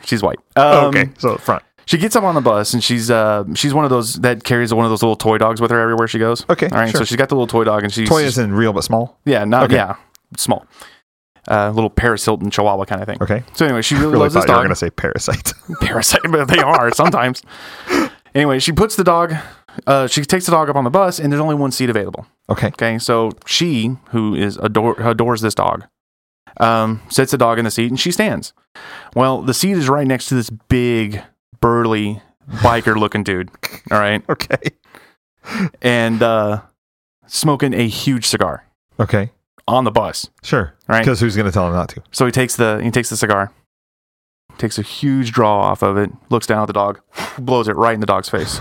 A: she's white. Um,
B: okay, so the front.
A: She gets up on the bus and she's uh she's one of those that carries one of those little toy dogs with her everywhere she goes.
B: Okay,
A: All right,
B: sure.
A: so she's got the little toy dog and she's
B: Toy isn't real but small.
A: yeah, not
B: Okay.
A: yeah, small, uh, little Paris Hilton Chihuahua kind of thing.
B: Okay,
A: So anyway, she really,
B: really
A: loves this
B: thought you were
A: dog.
B: going to say parasite.
A: parasite, but they are sometimes. Anyway, she puts the dog. Uh, she takes the dog up on the bus, and there's only one seat available.
B: okay,
A: Okay, so she, who is adore, adores this dog, um, sets the dog in the seat, and she stands. Well, the seat is right next to this big, burly biker-looking dude. All right,
B: okay,
A: and uh, smoking a huge cigar
B: okay,
A: on the bus.
B: sure.
A: Right.
B: Because who's going to tell him not to?
A: So he takes the he takes the cigar, takes a huge draw off of it, looks down at the dog, blows it right in the dog's face.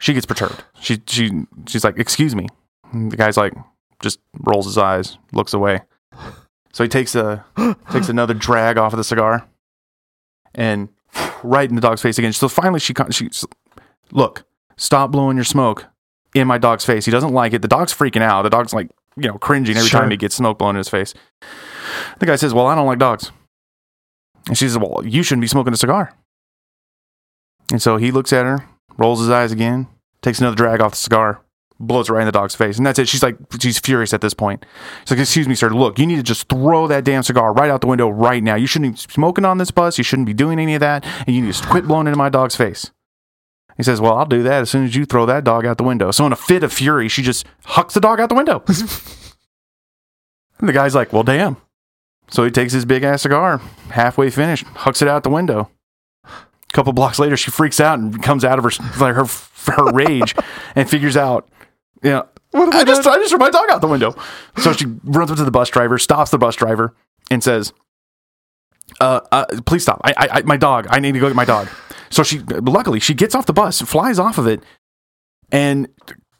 A: She gets perturbed. She she she's like, "Excuse me." And the guy's like, just rolls his eyes, looks away. So he takes a takes another drag off of the cigar, and right in the dog's face again. So finally, she con- she look, stop blowing your smoke in my dog's face. He doesn't like it. The dog's freaking out. The dog's like you know cringing every
B: Sure.
A: time he gets smoke blown in his face. The guy says, "Well, I don't like dogs," and she says, "Well, you shouldn't be smoking a cigar." And so he looks at her, rolls his eyes again, takes another drag off the cigar, blows it right in the dog's face, and that's it. She's like, she's furious at this point. She's like, "Excuse me, sir. Look, you need to just throw that damn cigar right out the window right now. You shouldn't be smoking on this bus. You shouldn't be doing any of that, and you need to just quit blowing it in my dog's face." He says, "Well, I'll do that as soon as you throw that dog out the window." So in a fit of fury, she just hucks the dog out the window. and the guy's like, "Well, damn." So he takes his big ass cigar, halfway finished, hucks it out the window. A couple blocks later, she freaks out and comes out of her like her her rage and figures out, you know, I, just I just threw my dog out the window. So she runs up to the bus driver, stops the bus driver, and says, uh, uh, please stop. I, I, I, my dog. I need to go get my dog. So she, luckily, she gets off the bus, flies off of it, and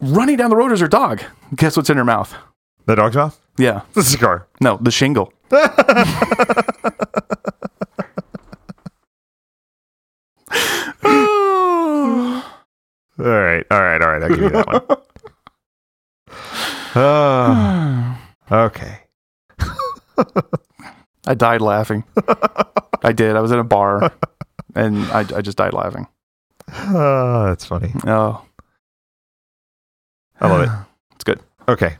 A: running down the road is her dog. Guess what's in her mouth?
B: The dog's mouth?
A: Yeah,
B: The cigar.
A: no, the shingle.
B: All right, all right, all right. I'll give you that one. Ah,
A: I
B: okay.
A: died laughing. I did. I was in a bar, and I, I just died laughing.
B: Ah, that's funny.
A: Oh,
B: I love it.
A: It's good.
B: Okay.